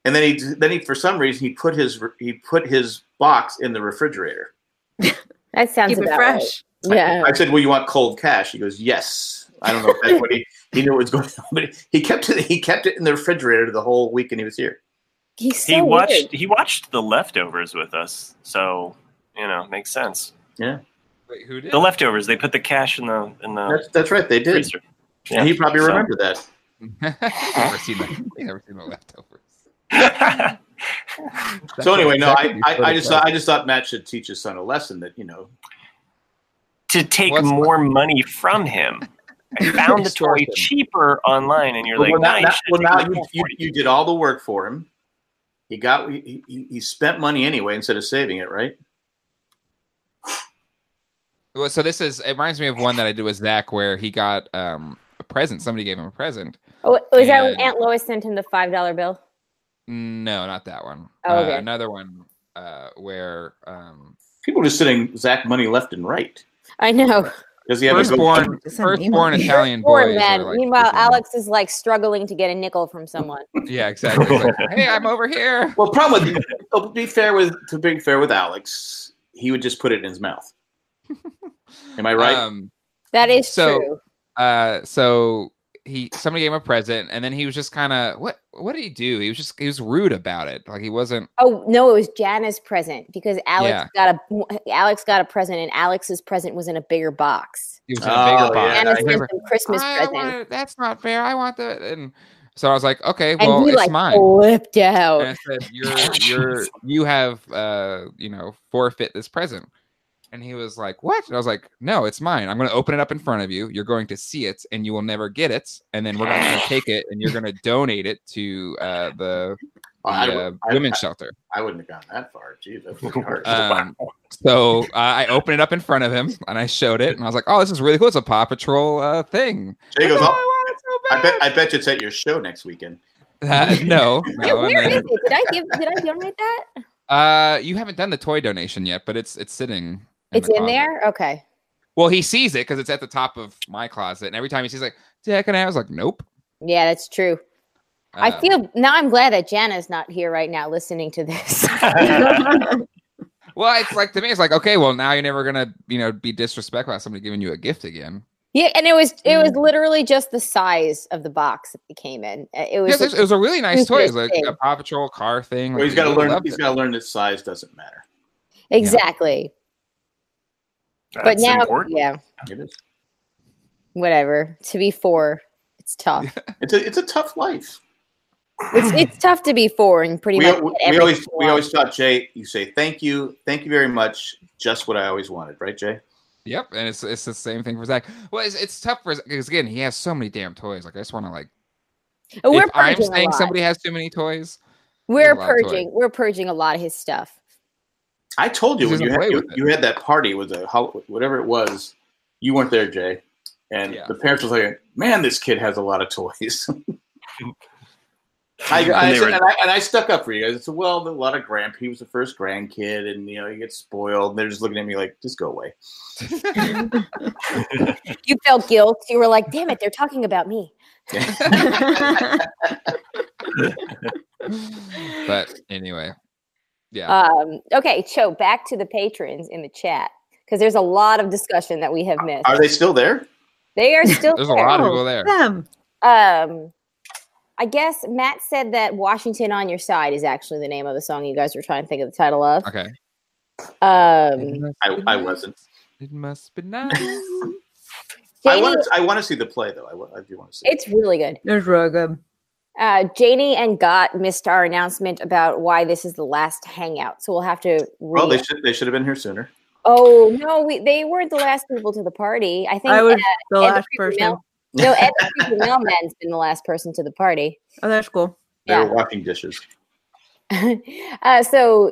Speaker 3: And then he, then he, for some reason, he put his, he put his box in the refrigerator.
Speaker 4: That sounds
Speaker 5: Keep it
Speaker 4: about
Speaker 5: fresh.
Speaker 4: right. Yeah.
Speaker 3: I said, well, you want cold cash? He goes, yes. I don't know if that's what he, he knew what was going on, but he kept it, he kept it in the refrigerator the whole weekend he was here.
Speaker 4: He's so
Speaker 2: He watched
Speaker 4: weird.
Speaker 2: he watched the leftovers with us, so you know makes sense.
Speaker 1: Wait, who did?
Speaker 2: The leftovers they put the cash in the in the
Speaker 3: That's, that's right. They did.
Speaker 2: freezer.
Speaker 3: And he probably
Speaker 2: so-
Speaker 3: remembered that.
Speaker 1: I've never seen that. I've never seen the leftovers.
Speaker 3: So anyway, no,
Speaker 1: That
Speaker 3: I,
Speaker 1: could be
Speaker 3: I, I
Speaker 1: pretty
Speaker 3: just,
Speaker 1: clever.
Speaker 3: thought, I just thought Matt should teach his son a lesson that, you know,
Speaker 2: to take
Speaker 1: What's-
Speaker 2: more money from him. I found the toy
Speaker 1: Extortion.
Speaker 2: cheaper online, and you're
Speaker 3: Well,
Speaker 2: like,
Speaker 3: well,
Speaker 2: nah,
Speaker 3: now,
Speaker 2: you
Speaker 3: now-
Speaker 2: should've
Speaker 3: well, now
Speaker 2: taken the
Speaker 3: you,
Speaker 2: whole
Speaker 3: you,
Speaker 2: 40.
Speaker 3: you did all the work for him. He got he, he, he spent money anyway instead of saving it, right?
Speaker 1: Well, so this is it reminds me of one that I did with Zach where he got um a present. Somebody gave him a present.
Speaker 4: Oh, was that when
Speaker 1: And-
Speaker 4: Aunt Lois sent him the five dollar bill?
Speaker 1: No, not that one.
Speaker 4: Oh,
Speaker 1: Uh,
Speaker 4: okay.
Speaker 1: another one uh where um
Speaker 3: People just sending Zach money left and right.
Speaker 4: I know.
Speaker 3: Does he have a good
Speaker 1: firstborn
Speaker 5: Send me
Speaker 1: firstborn
Speaker 5: money.
Speaker 1: Italian
Speaker 4: Poor
Speaker 1: boys. are,
Speaker 4: man.
Speaker 1: like,
Speaker 4: Meanwhile,
Speaker 1: super-
Speaker 4: Alex is like struggling to get a nickel from someone.
Speaker 1: Yeah, exactly. He's like, hey, I'm over here.
Speaker 3: Well, problem with oh, to be fair with to be fair with Alex, he would just put it in his mouth. Am I right?
Speaker 1: Um,
Speaker 4: That is
Speaker 1: So-
Speaker 4: true.
Speaker 1: uh so he somebody gave him a present and then he was just kind of what what did he do he was just he was rude about it like he wasn't
Speaker 4: Oh no, it was Jana's present because Alex got a Alex got a present, and Alex's present was in a bigger box.
Speaker 1: he was in a
Speaker 3: Oh,
Speaker 1: bigger box
Speaker 3: yeah.
Speaker 4: Jana
Speaker 1: He
Speaker 4: sent
Speaker 1: was
Speaker 4: him
Speaker 1: like,
Speaker 4: Christmas
Speaker 5: Oh,
Speaker 1: I, I
Speaker 4: present,
Speaker 1: want it. that's not fair i want the and so i was like okay
Speaker 4: and
Speaker 1: well
Speaker 4: he
Speaker 1: it's
Speaker 4: like
Speaker 1: mine
Speaker 4: flipped
Speaker 1: and i
Speaker 4: out.
Speaker 1: said you're you're you have uh you know forfeit this present and he was like what and i was like no it's mine i'm going to open it up in front of you you're going to see it and you will never get it and then we're going to take it and you're going to donate it to uh the, the
Speaker 3: I,
Speaker 1: uh,
Speaker 3: I-
Speaker 1: women's shelter
Speaker 3: I wouldn't have gone that far. Gee, that's pretty hard.
Speaker 1: Um, So uh, I opened it up in front of him and I showed it and I was like, "Oh, this is really cool. It's a Paw Patrol uh, thing."
Speaker 3: Jay goes,
Speaker 1: "Oh, I
Speaker 3: "Oh,
Speaker 1: want it so
Speaker 3: I
Speaker 1: bad."
Speaker 3: bet I bet you it's at your show next weekend.
Speaker 1: Uh, no,
Speaker 4: Yeah,
Speaker 1: no. and
Speaker 4: where is
Speaker 1: then-
Speaker 4: it? Did I give? Did I donate that?
Speaker 1: uh, you haven't done the toy donation yet, but it's it's sitting.
Speaker 4: It's
Speaker 1: the
Speaker 4: in
Speaker 1: closet.
Speaker 4: there. Okay.
Speaker 1: Well, he sees it because it's at the top of my closet, and every time he sees, like, "Dick," and I was like, "Nope."
Speaker 4: Yeah, that's true.
Speaker 1: Uh,
Speaker 4: I feel now. I'm glad that Jana's not here right now, listening to this.
Speaker 1: well. It's like to me, it's like, okay, well, now you're never gonna, you know, be disrespectful about somebody giving you a gift again.
Speaker 4: yeah, and it was it was
Speaker 1: Mm.
Speaker 4: literally just the size of the box that it came in. Uh, It
Speaker 1: Yeah,
Speaker 4: was
Speaker 1: It was, it was a really nice toy. It was like
Speaker 4: Interesting.
Speaker 1: a Paw Patrol car thing.
Speaker 3: Well, he's
Speaker 1: Like,
Speaker 3: got to
Speaker 1: I
Speaker 3: learn.
Speaker 1: Oh, loved
Speaker 3: He's
Speaker 1: it.
Speaker 3: got to learn that size doesn't matter.
Speaker 4: exactly. but
Speaker 2: That's
Speaker 4: now,
Speaker 2: important.
Speaker 4: yeah,
Speaker 3: It is.
Speaker 4: whatever. To be four, it's tough.
Speaker 3: It's a, it's a tough life.
Speaker 4: It's it's tough to be four and pretty
Speaker 3: we,
Speaker 4: much.
Speaker 3: we,
Speaker 4: get
Speaker 3: we
Speaker 4: everything
Speaker 3: always
Speaker 4: you
Speaker 3: we
Speaker 4: want.
Speaker 3: always thought Jay, you say thank you, thank you very much, just what I always wanted, right, Jay?
Speaker 1: Yep, and it's it's the same thing for Zach. Well, it's, it's tough for because again he has so many damn toys. Like I just want to like
Speaker 4: And We're
Speaker 1: if I'm
Speaker 4: purging a
Speaker 1: saying
Speaker 4: lot.
Speaker 1: somebody has too many toys,
Speaker 4: we're
Speaker 1: a lot of toys.
Speaker 4: purging. We're purging a lot of his stuff.
Speaker 3: I told you
Speaker 1: He
Speaker 3: when you
Speaker 1: doesn't
Speaker 3: had,
Speaker 1: play
Speaker 3: you,
Speaker 1: with it.
Speaker 3: you had that party with the hol- whatever it was, you weren't there, Jay, and
Speaker 1: Yeah.
Speaker 3: the parents was like, "Man, this kid has a lot of toys." I,
Speaker 2: And
Speaker 3: I
Speaker 2: they
Speaker 3: said-
Speaker 2: were-
Speaker 3: and, I, and I stuck up for you guys. I said, "Well, a lot of grand. He was the first grandkid, and you know he gets spoiled." And they're just looking at me like, "Just go away."
Speaker 4: You felt guilt. You were like, "Damn it, they're talking about me."
Speaker 1: but anyway, Yeah.
Speaker 4: Um, okay, so back to the patrons in the chat because there's a lot of discussion that we have missed.
Speaker 6: Are they still there?
Speaker 4: They are still
Speaker 1: There's a lot of
Speaker 5: Oh,
Speaker 1: people there.
Speaker 5: Them.
Speaker 4: Um, I guess Matt said that "Washington on Your Side" is actually the name of the song you guys were trying to think of the title of.
Speaker 1: Okay.
Speaker 4: Um,
Speaker 6: I, I wasn't.
Speaker 1: It must be nice.
Speaker 6: I
Speaker 4: Janie-
Speaker 6: want to. I want to see the play though. I, wa- I do want to see.
Speaker 4: it's really good.
Speaker 5: There's real good.
Speaker 4: Uh, Janie and Gott missed our announcement about why this is the last hangout, so we'll have to.
Speaker 1: Oh,
Speaker 6: well,
Speaker 4: re-
Speaker 6: they should. They should have been here sooner.
Speaker 4: oh no, we, they weren't the last people to the party. I think
Speaker 5: I was
Speaker 4: Ed- and
Speaker 5: the
Speaker 4: the
Speaker 5: last
Speaker 4: creepy
Speaker 5: person.
Speaker 4: mail- no, Ed the Creepy Mailman's been the last person to the party.
Speaker 5: Oh, that's cool.
Speaker 6: They
Speaker 4: Yeah.
Speaker 6: were washing dishes.
Speaker 4: uh, so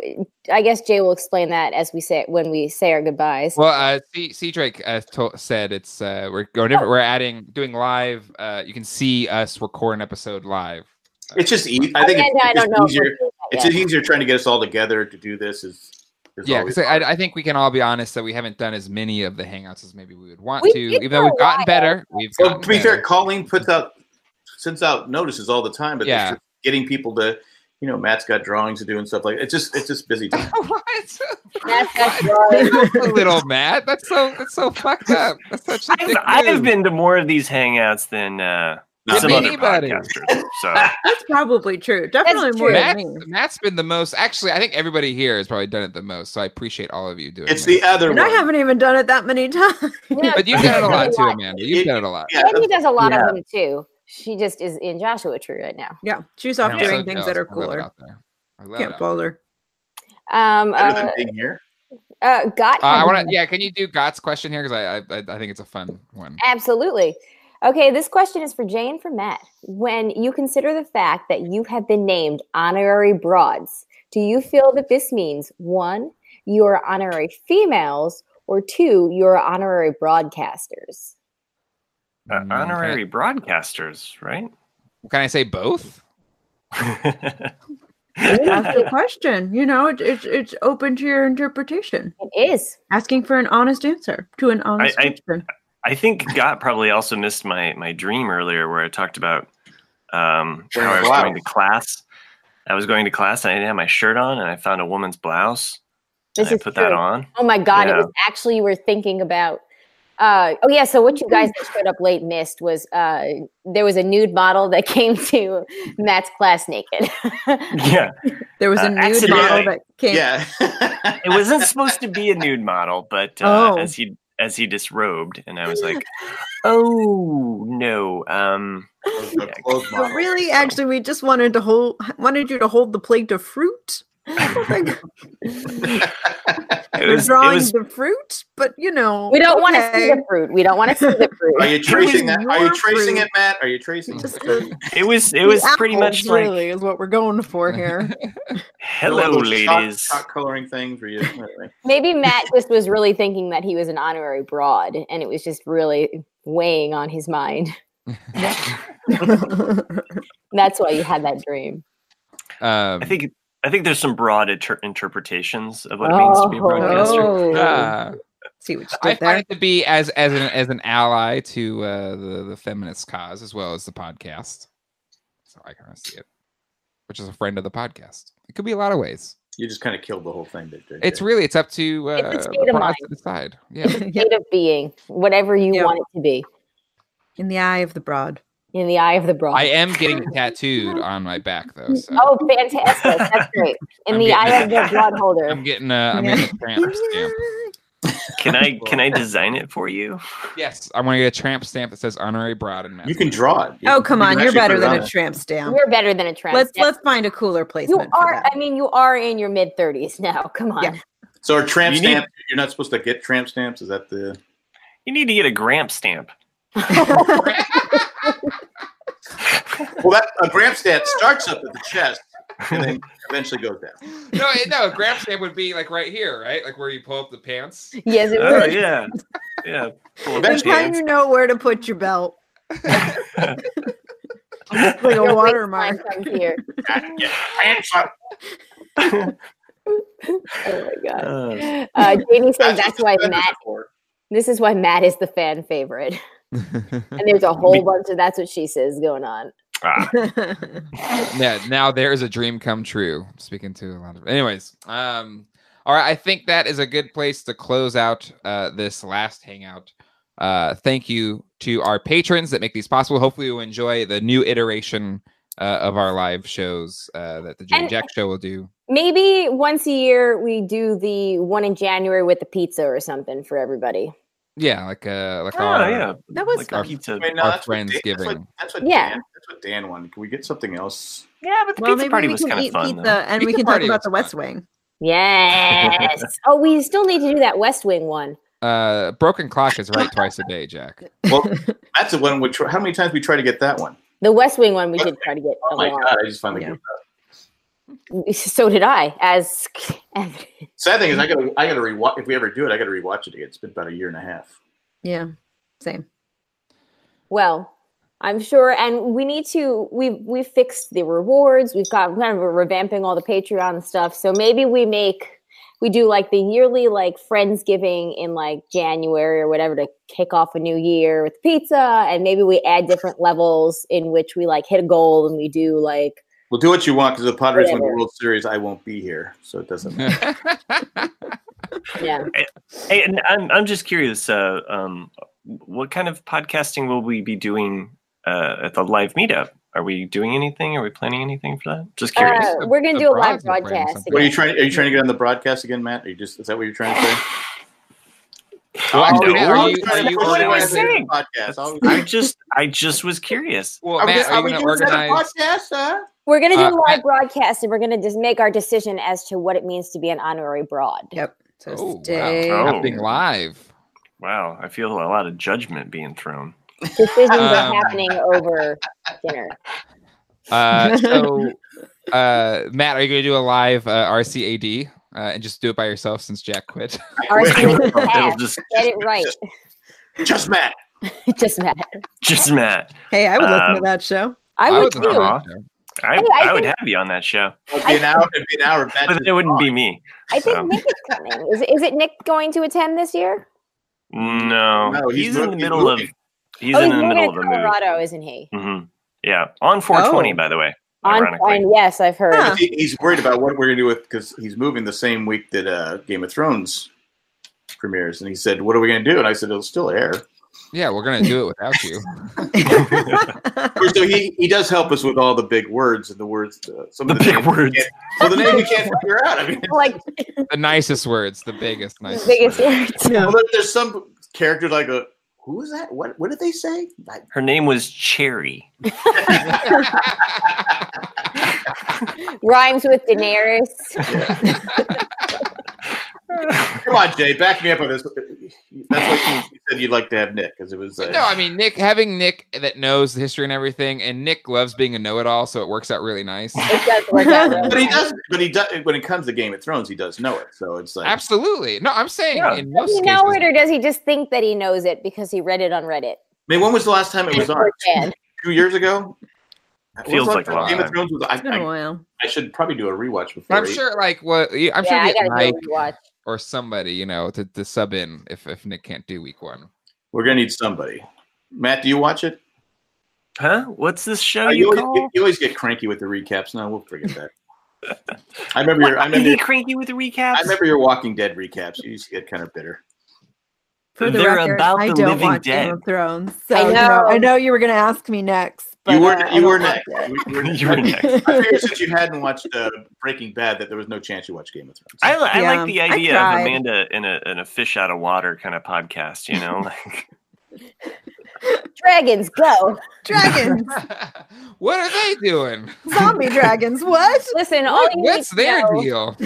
Speaker 4: I guess Jay will explain that as we say when we say our goodbyes.
Speaker 1: Well, uh, C, C Drake uh, to- said it's uh, we're going different. We're adding doing live. Uh, you can see us record an episode live.
Speaker 6: It's just. E- I think
Speaker 4: Amanda,
Speaker 6: it's,
Speaker 4: I
Speaker 6: it's
Speaker 4: don't know. if
Speaker 6: easier.
Speaker 4: we're doing that
Speaker 6: It's
Speaker 4: yet.
Speaker 6: just easier trying to get us all together to do this. Is, is
Speaker 1: yeah,
Speaker 6: always
Speaker 1: because I, I think we can all be honest that we haven't done as many of the hangouts as maybe we would want
Speaker 4: We
Speaker 1: to.
Speaker 4: did
Speaker 1: Even
Speaker 4: for
Speaker 1: though
Speaker 4: a
Speaker 1: we've gotten
Speaker 4: while.
Speaker 1: better, we've
Speaker 6: Well,
Speaker 1: gotten
Speaker 6: to be
Speaker 1: better.
Speaker 6: fair, Colleen puts out sends out notices all the time, but it's
Speaker 1: Yeah.
Speaker 6: just getting people to, you know, Matt's got drawings to do and stuff like it's just it's just busy. Time.
Speaker 1: what?
Speaker 4: That's- that's right.
Speaker 1: little Matt, that's so that's so fucked up. That's such a
Speaker 2: I've,
Speaker 1: dick
Speaker 2: I have
Speaker 1: move.
Speaker 2: been to more of these hangouts than uh,
Speaker 6: Not
Speaker 2: some
Speaker 6: me.
Speaker 2: other
Speaker 1: Anybody.
Speaker 2: podcasters. So uh,
Speaker 5: That's probably true. Definitely more
Speaker 4: true.
Speaker 5: than me.
Speaker 1: Matt's, Matt's been the most. Actually, I think everybody here has probably done it the most. So I appreciate all of you doing.
Speaker 6: It's
Speaker 1: this.
Speaker 6: the other
Speaker 5: And
Speaker 6: one.
Speaker 5: I haven't even done it that many times.
Speaker 4: No,
Speaker 1: But you've
Speaker 4: Jay
Speaker 1: done it a
Speaker 4: does
Speaker 1: lot too, Amanda. You've
Speaker 6: It-
Speaker 1: done it a lot.
Speaker 6: yeah,
Speaker 4: Andy does a lot
Speaker 2: Yeah.
Speaker 4: of them too. She just is in Joshua Tree right now.
Speaker 5: Yeah, she's
Speaker 1: I'm
Speaker 5: off
Speaker 1: so
Speaker 5: doing things that
Speaker 1: jealous.
Speaker 5: are
Speaker 1: I love it
Speaker 5: cooler.
Speaker 1: out there. I love it
Speaker 5: Can't
Speaker 1: out
Speaker 5: bother.
Speaker 4: Um,
Speaker 6: better than
Speaker 4: uh,
Speaker 6: being here.
Speaker 4: uh, Gott.
Speaker 1: Uh, I
Speaker 4: had-
Speaker 1: want to. Yeah, can you do Gott's question here? Because I, I, I think it's a fun one.
Speaker 4: Absolutely. Okay, this question is for Jay and for Matt. When you consider the fact that you have been named honorary broads, do you feel that this means one, you are honorary females, or two, you are honorary broadcasters?
Speaker 2: uh,
Speaker 1: Mm,
Speaker 2: honorary broadcasters, right?
Speaker 1: Can I, can I say both?
Speaker 5: Ask the question. You know, it, it's it's open to your interpretation.
Speaker 4: It is.
Speaker 5: Asking for an honest answer to an honest
Speaker 2: I-
Speaker 5: question.
Speaker 2: I think Gott probably also missed my my dream earlier where I talked about um,
Speaker 6: Wearing
Speaker 2: how
Speaker 6: a
Speaker 2: I was
Speaker 6: blouse.
Speaker 2: going to class. I was going to class and I didn't have my shirt on, and I found a woman's blouse.
Speaker 4: This
Speaker 2: and
Speaker 4: is
Speaker 2: I put
Speaker 4: true.
Speaker 2: that on.
Speaker 4: Oh my God, it
Speaker 2: Yeah.
Speaker 4: was actually you were thinking about. Uh, oh yeah, so
Speaker 2: Hmm.
Speaker 4: what you guys that showed up late missed was uh, there was a nude model that came to Matt's class naked.
Speaker 2: Yeah,
Speaker 5: There was
Speaker 2: Uh,
Speaker 5: a nude
Speaker 2: accidentally.
Speaker 5: model that came.
Speaker 6: Yeah.
Speaker 2: it wasn't supposed to be a nude model, but uh,
Speaker 5: Oh.
Speaker 2: as he as he disrobed, and I was like, "Oh no!" Um,
Speaker 6: A clothes
Speaker 5: But
Speaker 6: model.
Speaker 5: really, actually, we just wanted to hold wanted you to hold the plate of fruit. like,
Speaker 2: it
Speaker 5: you're
Speaker 2: was, it
Speaker 5: drawing
Speaker 2: was
Speaker 5: the fruit, but you know
Speaker 4: we don't want to see
Speaker 5: okay.
Speaker 4: the fruit. We don't want to see the fruit.
Speaker 6: Are you tracing that? Are
Speaker 5: your
Speaker 6: you tracing
Speaker 5: fruit.
Speaker 6: it, Matt? Are you tracing?
Speaker 5: Just
Speaker 6: it?
Speaker 5: the-
Speaker 2: it was it
Speaker 5: the
Speaker 2: was pretty much
Speaker 5: apples,
Speaker 2: like,
Speaker 5: really is what we're going for here.
Speaker 6: One
Speaker 2: "Hello,
Speaker 6: of those chalk-
Speaker 2: ladies."
Speaker 6: Chalk coloring things. Where you, anyway.
Speaker 4: Maybe Matt just was really thinking that he was an honorary broad, and it was just really weighing on his mind. That's why you had that dream.
Speaker 1: Um,
Speaker 2: I think I think there's some broad inter- interpretations of what it means
Speaker 5: Oh.
Speaker 2: to be a broadcaster.
Speaker 1: uh,
Speaker 5: see what you
Speaker 1: I
Speaker 5: did
Speaker 1: find
Speaker 5: there.
Speaker 1: it to be as as an as an ally to uh, the the feminist cause as well as the podcast. So I kind of see it, which is a friend of the podcast. It could be a lot of ways.
Speaker 6: you just kind of killed the whole thing. That did
Speaker 1: It's really it's up to uh,
Speaker 4: It's a state
Speaker 1: the
Speaker 4: of
Speaker 1: broads
Speaker 4: mind.
Speaker 1: to decide. Yeah.
Speaker 5: Yeah,
Speaker 4: State of being, whatever you
Speaker 5: Yeah.
Speaker 4: want it to be,
Speaker 5: In the eye of the broad.
Speaker 4: in the eye of the broad.
Speaker 1: I am getting tattooed on my back though. So
Speaker 4: oh, fantastic! That's great. In
Speaker 1: I'm
Speaker 4: the
Speaker 1: getting-
Speaker 4: eye of the broad holder.
Speaker 1: I'm getting uh, I'm getting a tramp stamp.
Speaker 2: Can I can I design it for you?
Speaker 1: Yes, I want to get a tramp stamp that says honorary broad and
Speaker 6: You can draw it. You
Speaker 5: Oh
Speaker 6: can-
Speaker 5: come
Speaker 6: you
Speaker 5: on,
Speaker 6: can
Speaker 5: you're
Speaker 6: actually put
Speaker 5: better
Speaker 6: it
Speaker 5: than
Speaker 6: on
Speaker 5: a tramp stamp.
Speaker 4: You're better than a tramp.
Speaker 5: Let's
Speaker 4: stamp.
Speaker 5: let's find a cooler
Speaker 4: you
Speaker 5: placement.
Speaker 4: are.
Speaker 5: for that.
Speaker 4: I mean, you are in your mid thirties now. Come on.
Speaker 5: Yeah.
Speaker 6: So are tramp
Speaker 2: You need-
Speaker 6: stamp? You're not supposed to get tramp stamps. Is that the?
Speaker 2: You need to get a Gramp stamp.
Speaker 6: Well, that a tramp stamp starts up at the chest and then eventually goes down.
Speaker 1: No, it- no, a grab stamp would be like right here, right? Like where you pull up the pants.
Speaker 4: Yes, it
Speaker 2: Oh
Speaker 4: would.
Speaker 2: yeah, yeah. Pull up
Speaker 5: That's
Speaker 2: your
Speaker 5: how you
Speaker 2: pants.
Speaker 5: know where to put your belt. It's like
Speaker 4: Your
Speaker 5: a
Speaker 4: waistline
Speaker 5: watermark.
Speaker 4: comes here. Oh my god.
Speaker 2: Uh,
Speaker 4: Uh, Jamie says
Speaker 6: That's
Speaker 4: that's
Speaker 6: what
Speaker 4: why
Speaker 6: the
Speaker 4: Matt.
Speaker 6: fenders are
Speaker 4: This is why Matt is the fan favorite, and there's a whole bunch of that's what she says going on.
Speaker 2: Ah,
Speaker 1: yeah, now there is a dream come true. Speaking to a lot of, anyways. Um, all right, I think that is a good place to close out uh, this last hangout. Uh, thank you to our patrons that make these possible. Hopefully, you enjoy the new iteration uh, of our live shows uh, that the Jay
Speaker 4: And-
Speaker 1: Jack Show will do.
Speaker 4: Maybe once a year we do the one in January with the pizza or something for everybody.
Speaker 1: Yeah, like uh, like
Speaker 2: ah,
Speaker 1: our
Speaker 2: yeah.
Speaker 5: That was
Speaker 2: like
Speaker 1: fun.
Speaker 2: a pizza.
Speaker 3: I mean,
Speaker 1: Our
Speaker 3: that's what Dan-
Speaker 1: Friendsgiving.
Speaker 3: That's what, that's what
Speaker 4: Yeah.
Speaker 3: Dan, that's what Dan wanted. Can we get something else?
Speaker 2: Yeah, but the
Speaker 5: well,
Speaker 2: pizza
Speaker 5: maybe
Speaker 2: party
Speaker 5: we
Speaker 2: was
Speaker 5: can
Speaker 2: kind of
Speaker 5: eat
Speaker 2: fun.
Speaker 5: pizza
Speaker 2: though.
Speaker 5: and we
Speaker 1: Pizza
Speaker 5: can talk
Speaker 1: party
Speaker 5: about
Speaker 1: was
Speaker 5: the West Wing.
Speaker 4: Yes. oh, we still need to do that West Wing one.
Speaker 1: uh, broken clock is right twice a day, Jack.
Speaker 3: Well, that's the one. We try, how many times we try to get that one?
Speaker 4: The West Wing one we did try to get
Speaker 3: Oh my
Speaker 4: along.
Speaker 3: god! I just finally
Speaker 5: Yeah.
Speaker 3: gave up.
Speaker 4: So did I. As
Speaker 3: Sad thing is, I gotta, I gotta rewatch. If we ever do it, I gotta rewatch it again. It's been about a year and a half.
Speaker 5: Yeah, same.
Speaker 4: well, I'm sure. And we need to. We we fixed the rewards. We've got kind of we're revamping all the Patreon stuff. So maybe we make we do like the yearly like Friendsgiving in like January or whatever to kick off a new year with pizza, and maybe we add different levels in which we like hit a goal and we do like
Speaker 3: Well, do what you want because the Padres win
Speaker 4: Whatever.
Speaker 3: the World Series. I won't be here, so it doesn't. matter.
Speaker 4: yeah.
Speaker 2: Hey, and I'm I'm just curious. Uh, um, what kind of podcasting will we be doing uh, at the live meetup? Are we doing anything? Are we planning anything for that? Just curious.
Speaker 4: Uh, we're gonna
Speaker 1: The
Speaker 4: do a live
Speaker 1: broads are playing
Speaker 4: broadcast.
Speaker 1: something.
Speaker 3: What are you
Speaker 4: Again.
Speaker 3: trying? Are you trying to get on the broadcast again, Matt? Are you just is that what you're trying to say?
Speaker 1: Well,
Speaker 2: I
Speaker 1: I'm
Speaker 2: know.
Speaker 1: doing-
Speaker 2: Well,
Speaker 1: are
Speaker 2: I'm
Speaker 1: you are
Speaker 2: trying to
Speaker 1: you
Speaker 2: put it in
Speaker 1: organizing?
Speaker 2: my-
Speaker 3: organizing a podcast? I'll-
Speaker 2: I just I just was curious.
Speaker 1: Well, Matt, are you going to organize?
Speaker 3: podcast? Huh?
Speaker 4: We're gonna do
Speaker 1: Uh,
Speaker 4: a live
Speaker 1: I-
Speaker 4: broadcast, and we're gonna just make our decision as to what it means to be an honorary broad.
Speaker 5: Yep. So
Speaker 1: Oh,
Speaker 5: stay.
Speaker 1: wow.
Speaker 2: Oh.
Speaker 1: happening live.
Speaker 2: Wow, I feel a lot of judgment being thrown.
Speaker 4: Decisions
Speaker 1: Um,
Speaker 4: are happening over dinner.
Speaker 1: Uh, so, uh, Matt, are you going to do a live uh, RCAD uh, and just do it by yourself since Jack quit?
Speaker 4: Our students
Speaker 2: It'll
Speaker 4: have.
Speaker 2: just
Speaker 4: Get it right.
Speaker 3: Just Matt.
Speaker 4: Just Matt.
Speaker 2: just Matt.
Speaker 5: Hey, I would listen to
Speaker 2: Um,
Speaker 5: that show.
Speaker 4: I would
Speaker 1: listen to
Speaker 4: too.
Speaker 1: that
Speaker 2: Aw.
Speaker 1: show.
Speaker 2: I,
Speaker 4: Hey,
Speaker 2: I,
Speaker 4: I
Speaker 2: would
Speaker 4: think-
Speaker 2: have you on that show,
Speaker 3: It'd be an hour. It'd be an hour. of Matt
Speaker 2: but
Speaker 3: just-
Speaker 2: it wouldn't be me.
Speaker 4: I think
Speaker 2: So,
Speaker 4: Nick is coming. Is, is it Nick going to attend this year?
Speaker 2: no,
Speaker 3: No, he's
Speaker 2: he's, in the
Speaker 3: moving-
Speaker 2: middle of
Speaker 3: moving.
Speaker 2: he's
Speaker 4: oh,
Speaker 2: in
Speaker 4: he's
Speaker 2: the
Speaker 4: moving
Speaker 2: middle of
Speaker 4: to
Speaker 2: a move.
Speaker 4: Colorado, isn't he?
Speaker 2: hmm Yeah, on 420,
Speaker 5: Oh.
Speaker 2: by the way.
Speaker 4: On,
Speaker 2: Ironically,
Speaker 4: on yes, I've heard.
Speaker 5: Huh.
Speaker 3: he- he's worried about what we're gonna do with because he's moving the same week that uh, Game of Thrones premieres, and he said, "What are we gonna do?" And I said, "It'll still air."
Speaker 1: Yeah, we're going to do it without you.
Speaker 3: Or So he, he does help us with all the big words and the words. Uh, some
Speaker 2: the
Speaker 3: of the
Speaker 2: big
Speaker 3: names-
Speaker 2: words.
Speaker 3: Well, the name we can't figure out. I mean,
Speaker 4: Like
Speaker 1: the nicest words, the biggest,
Speaker 4: the
Speaker 1: nicest.
Speaker 4: biggest.
Speaker 1: words.
Speaker 3: well, there- there's some characters like a who is that? What what did they say? I,
Speaker 2: Her name was Cherry.
Speaker 4: rhymes with Daenerys.
Speaker 3: come on, Jay, back me up on this. That's what you said you'd like to have Nick because it was. Uh,
Speaker 1: no, I mean Nick having Nick that knows the history and everything, and Nick loves being a know-it-all, so it works out really nice.
Speaker 4: It does work out. really
Speaker 3: but he
Speaker 4: well.
Speaker 3: does. But he does. When it comes to Game of Thrones, he does know it. So it's like
Speaker 1: Absolutely. No, I'm saying
Speaker 2: Yeah.
Speaker 1: in
Speaker 4: Does
Speaker 1: most
Speaker 4: he know it,
Speaker 1: cases.
Speaker 4: or does he just think that he knows it because he read it on Reddit?
Speaker 3: I mean, when was the last time it was on?
Speaker 4: Poor man.
Speaker 3: Two years ago.
Speaker 2: Feels like a long
Speaker 3: Game of
Speaker 2: time.
Speaker 3: Thrones. Was, I,
Speaker 5: It's been a
Speaker 3: I,
Speaker 5: while.
Speaker 3: I should probably do a rewatch before.
Speaker 1: But I'm
Speaker 3: he-
Speaker 1: sure, like, what I'm
Speaker 4: yeah, I
Speaker 1: sure, we
Speaker 4: gotta
Speaker 1: Mike
Speaker 4: do a rewatch.
Speaker 1: or somebody, you know, to, to sub in if, if Nick can't do week one.
Speaker 3: we're gonna need somebody. Matt, do you watch it?
Speaker 2: Huh? What's this show
Speaker 3: Oh,
Speaker 2: you,
Speaker 3: you, always
Speaker 2: call?
Speaker 3: get, you always get cranky with the recaps. No, we'll forget that. I remember. Your, I
Speaker 2: Is
Speaker 3: remember.
Speaker 2: he
Speaker 3: Your,
Speaker 2: cranky with recaps?
Speaker 3: I remember your Walking Dead recaps. You used to get kind of bitter.
Speaker 5: For the
Speaker 2: They're
Speaker 5: record,
Speaker 2: about
Speaker 5: I
Speaker 2: the
Speaker 5: don't
Speaker 2: living
Speaker 5: watch
Speaker 2: dead.
Speaker 5: Game of Thrones. So,
Speaker 4: I
Speaker 5: I know.
Speaker 4: know.
Speaker 5: I know you were going to ask me next. But,
Speaker 3: you were.
Speaker 5: uh, I
Speaker 3: you
Speaker 5: don't
Speaker 3: were
Speaker 5: watch
Speaker 3: next. You were next.
Speaker 2: You were next.
Speaker 5: it.
Speaker 3: I figured since you hadn't watched uh, Breaking Bad, that there was no chance you watched Game of Thrones.
Speaker 2: I, li- I
Speaker 5: Yeah,
Speaker 2: like the
Speaker 5: I
Speaker 2: idea of
Speaker 5: tried.
Speaker 2: Amanda in a in a fish out of water kind of podcast. You know, like
Speaker 4: Dragons go.
Speaker 5: dragons,
Speaker 1: what are they doing?
Speaker 5: zombie dragons. What?
Speaker 4: Listen, all
Speaker 1: What-
Speaker 4: you
Speaker 1: what's
Speaker 4: need to
Speaker 1: their
Speaker 4: know
Speaker 1: deal?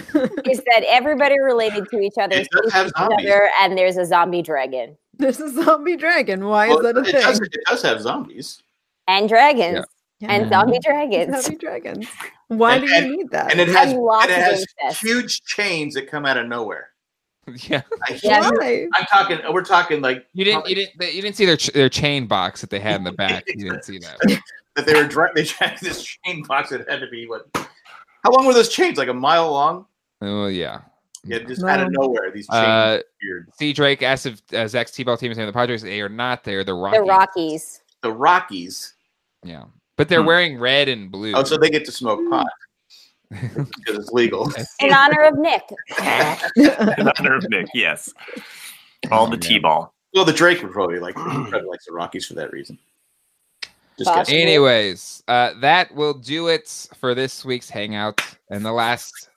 Speaker 4: is that everybody related to each other,
Speaker 3: It does
Speaker 4: speaks
Speaker 3: have
Speaker 4: to
Speaker 3: zombies.
Speaker 4: each other and there's a zombie dragon
Speaker 5: There's a zombie dragon. Why
Speaker 3: Well,
Speaker 5: is that a
Speaker 3: it, does,
Speaker 5: thing?
Speaker 3: it does have zombies,
Speaker 4: and dragons
Speaker 5: Yeah.
Speaker 4: and
Speaker 1: Mhm.
Speaker 4: zombie dragons.
Speaker 5: zombie dragons. Why
Speaker 3: And-
Speaker 5: do you
Speaker 3: and-
Speaker 5: need that?
Speaker 3: and it has
Speaker 4: And lots
Speaker 3: and it
Speaker 4: of
Speaker 3: has
Speaker 4: incest.
Speaker 3: huge chains that come out of nowhere.
Speaker 1: Yeah,
Speaker 3: I,
Speaker 4: Yeah.
Speaker 5: Why?
Speaker 3: I'm talking. We're talking like
Speaker 1: you didn't, you didn't, you didn't see their ch- their chain box that they had in the back. You didn't see that.
Speaker 3: that they were direct. They had this chain box that had to be what? How long were those chains? Like a mile long?
Speaker 1: Oh yeah.
Speaker 3: Yeah, just out of
Speaker 5: No.
Speaker 3: nowhere. These chains
Speaker 1: Uh,
Speaker 3: weird.
Speaker 1: C. Drake asked if uh, Zach's T-ball team is named the Padres. They are not. They are the Rockies.
Speaker 4: The Rockies.
Speaker 3: The Rockies.
Speaker 1: Yeah. But they're wearing red and blue.
Speaker 3: Oh, so they get to smoke
Speaker 4: Hmm.
Speaker 3: pot because it's legal.
Speaker 4: in honor of Nick.
Speaker 2: In honor of Nick, yes. All the T-ball.
Speaker 3: Well, the Drake would probably like probably likes the Rockies for that reason. Just
Speaker 4: Fuck.
Speaker 3: guessing.
Speaker 1: Anyways, uh, that will do it for this week's hangout and the last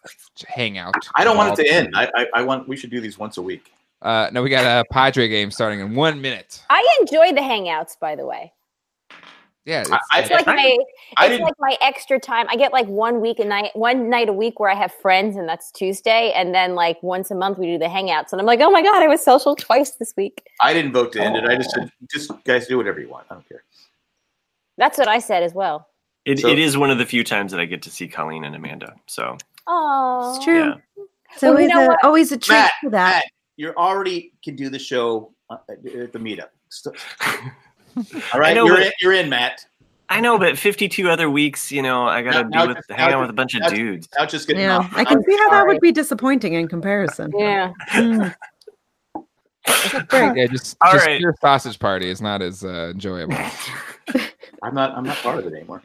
Speaker 1: hangout.
Speaker 3: I don't want it
Speaker 1: of
Speaker 3: to
Speaker 1: all
Speaker 3: end.
Speaker 1: time.
Speaker 3: I, I, I want we should do these once a week.
Speaker 1: Uh, no, we got a Padre game starting in one minute.
Speaker 4: I enjoy the hangouts, by the way.
Speaker 1: Yeah, it's,
Speaker 3: I-
Speaker 4: It's like my
Speaker 3: I
Speaker 4: it's
Speaker 3: didn't-
Speaker 4: like my extra time. I get like one week a night, one night a week where I have friends, and that's Tuesday. And then like once a month we do the hangouts, and I'm like, oh my god, I was social twice this week.
Speaker 3: I didn't vote to end it. I just said,
Speaker 5: Oh.
Speaker 3: just guys do whatever you want. I don't care.
Speaker 4: That's what I said as well.
Speaker 2: It,
Speaker 3: So-
Speaker 2: it is one of the few times that I get to see Colleen and Amanda. So
Speaker 4: Oh,
Speaker 5: It's true.
Speaker 2: yeah.
Speaker 5: It's
Speaker 4: Well, you
Speaker 5: always,
Speaker 4: know
Speaker 5: a,
Speaker 4: what?
Speaker 5: always a treat
Speaker 3: Matt,
Speaker 5: for that.
Speaker 3: Matt, you already can do the show uh, at the meetup. So-
Speaker 2: I
Speaker 3: All right,
Speaker 2: know,
Speaker 3: you're
Speaker 2: but-
Speaker 3: in, you're in, Matt.
Speaker 2: I know, but 52 other weeks, you know, I gotta
Speaker 3: Now-
Speaker 2: deal
Speaker 3: now
Speaker 2: with
Speaker 3: just-
Speaker 2: hang
Speaker 3: now
Speaker 2: out with a bunch of
Speaker 3: now-
Speaker 2: dudes.
Speaker 3: Now just getting
Speaker 5: Yeah,
Speaker 3: off.
Speaker 5: I can
Speaker 3: I'm
Speaker 5: see how that
Speaker 4: sorry.
Speaker 5: would be disappointing in comparison.
Speaker 4: Yeah.
Speaker 5: Mm.
Speaker 1: great. Yeah, just,
Speaker 2: All
Speaker 1: just
Speaker 2: right.
Speaker 1: your sausage party is not as uh, enjoyable.
Speaker 3: I'm not. I'm not part of it anymore.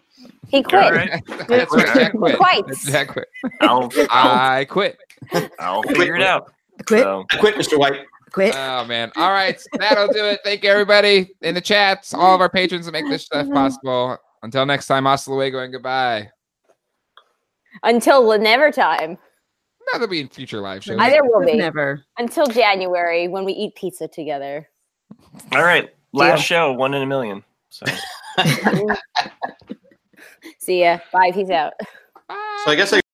Speaker 4: He
Speaker 2: All
Speaker 4: quit.
Speaker 2: right,
Speaker 1: That's right. Jack quit.
Speaker 4: Quite.
Speaker 1: Jack quit.
Speaker 2: I'll, I'll,
Speaker 1: I quit.
Speaker 2: I'll figure it out.
Speaker 5: Quit,
Speaker 2: So,
Speaker 3: I quit, Mr. White.
Speaker 5: quit.
Speaker 1: Oh man! All right, that'll do it. Thank you, everybody in the chats, all of our patrons that make this stuff possible. Until next time, hasta luego and goodbye.
Speaker 4: Until the never time.
Speaker 1: Now there'll be in future live shows.
Speaker 4: I- there will be.
Speaker 5: Never.
Speaker 4: Until January when we eat pizza together.
Speaker 2: all right, last show, one in a million. So.
Speaker 4: See ya. Bye. Peace out.
Speaker 3: So I guess I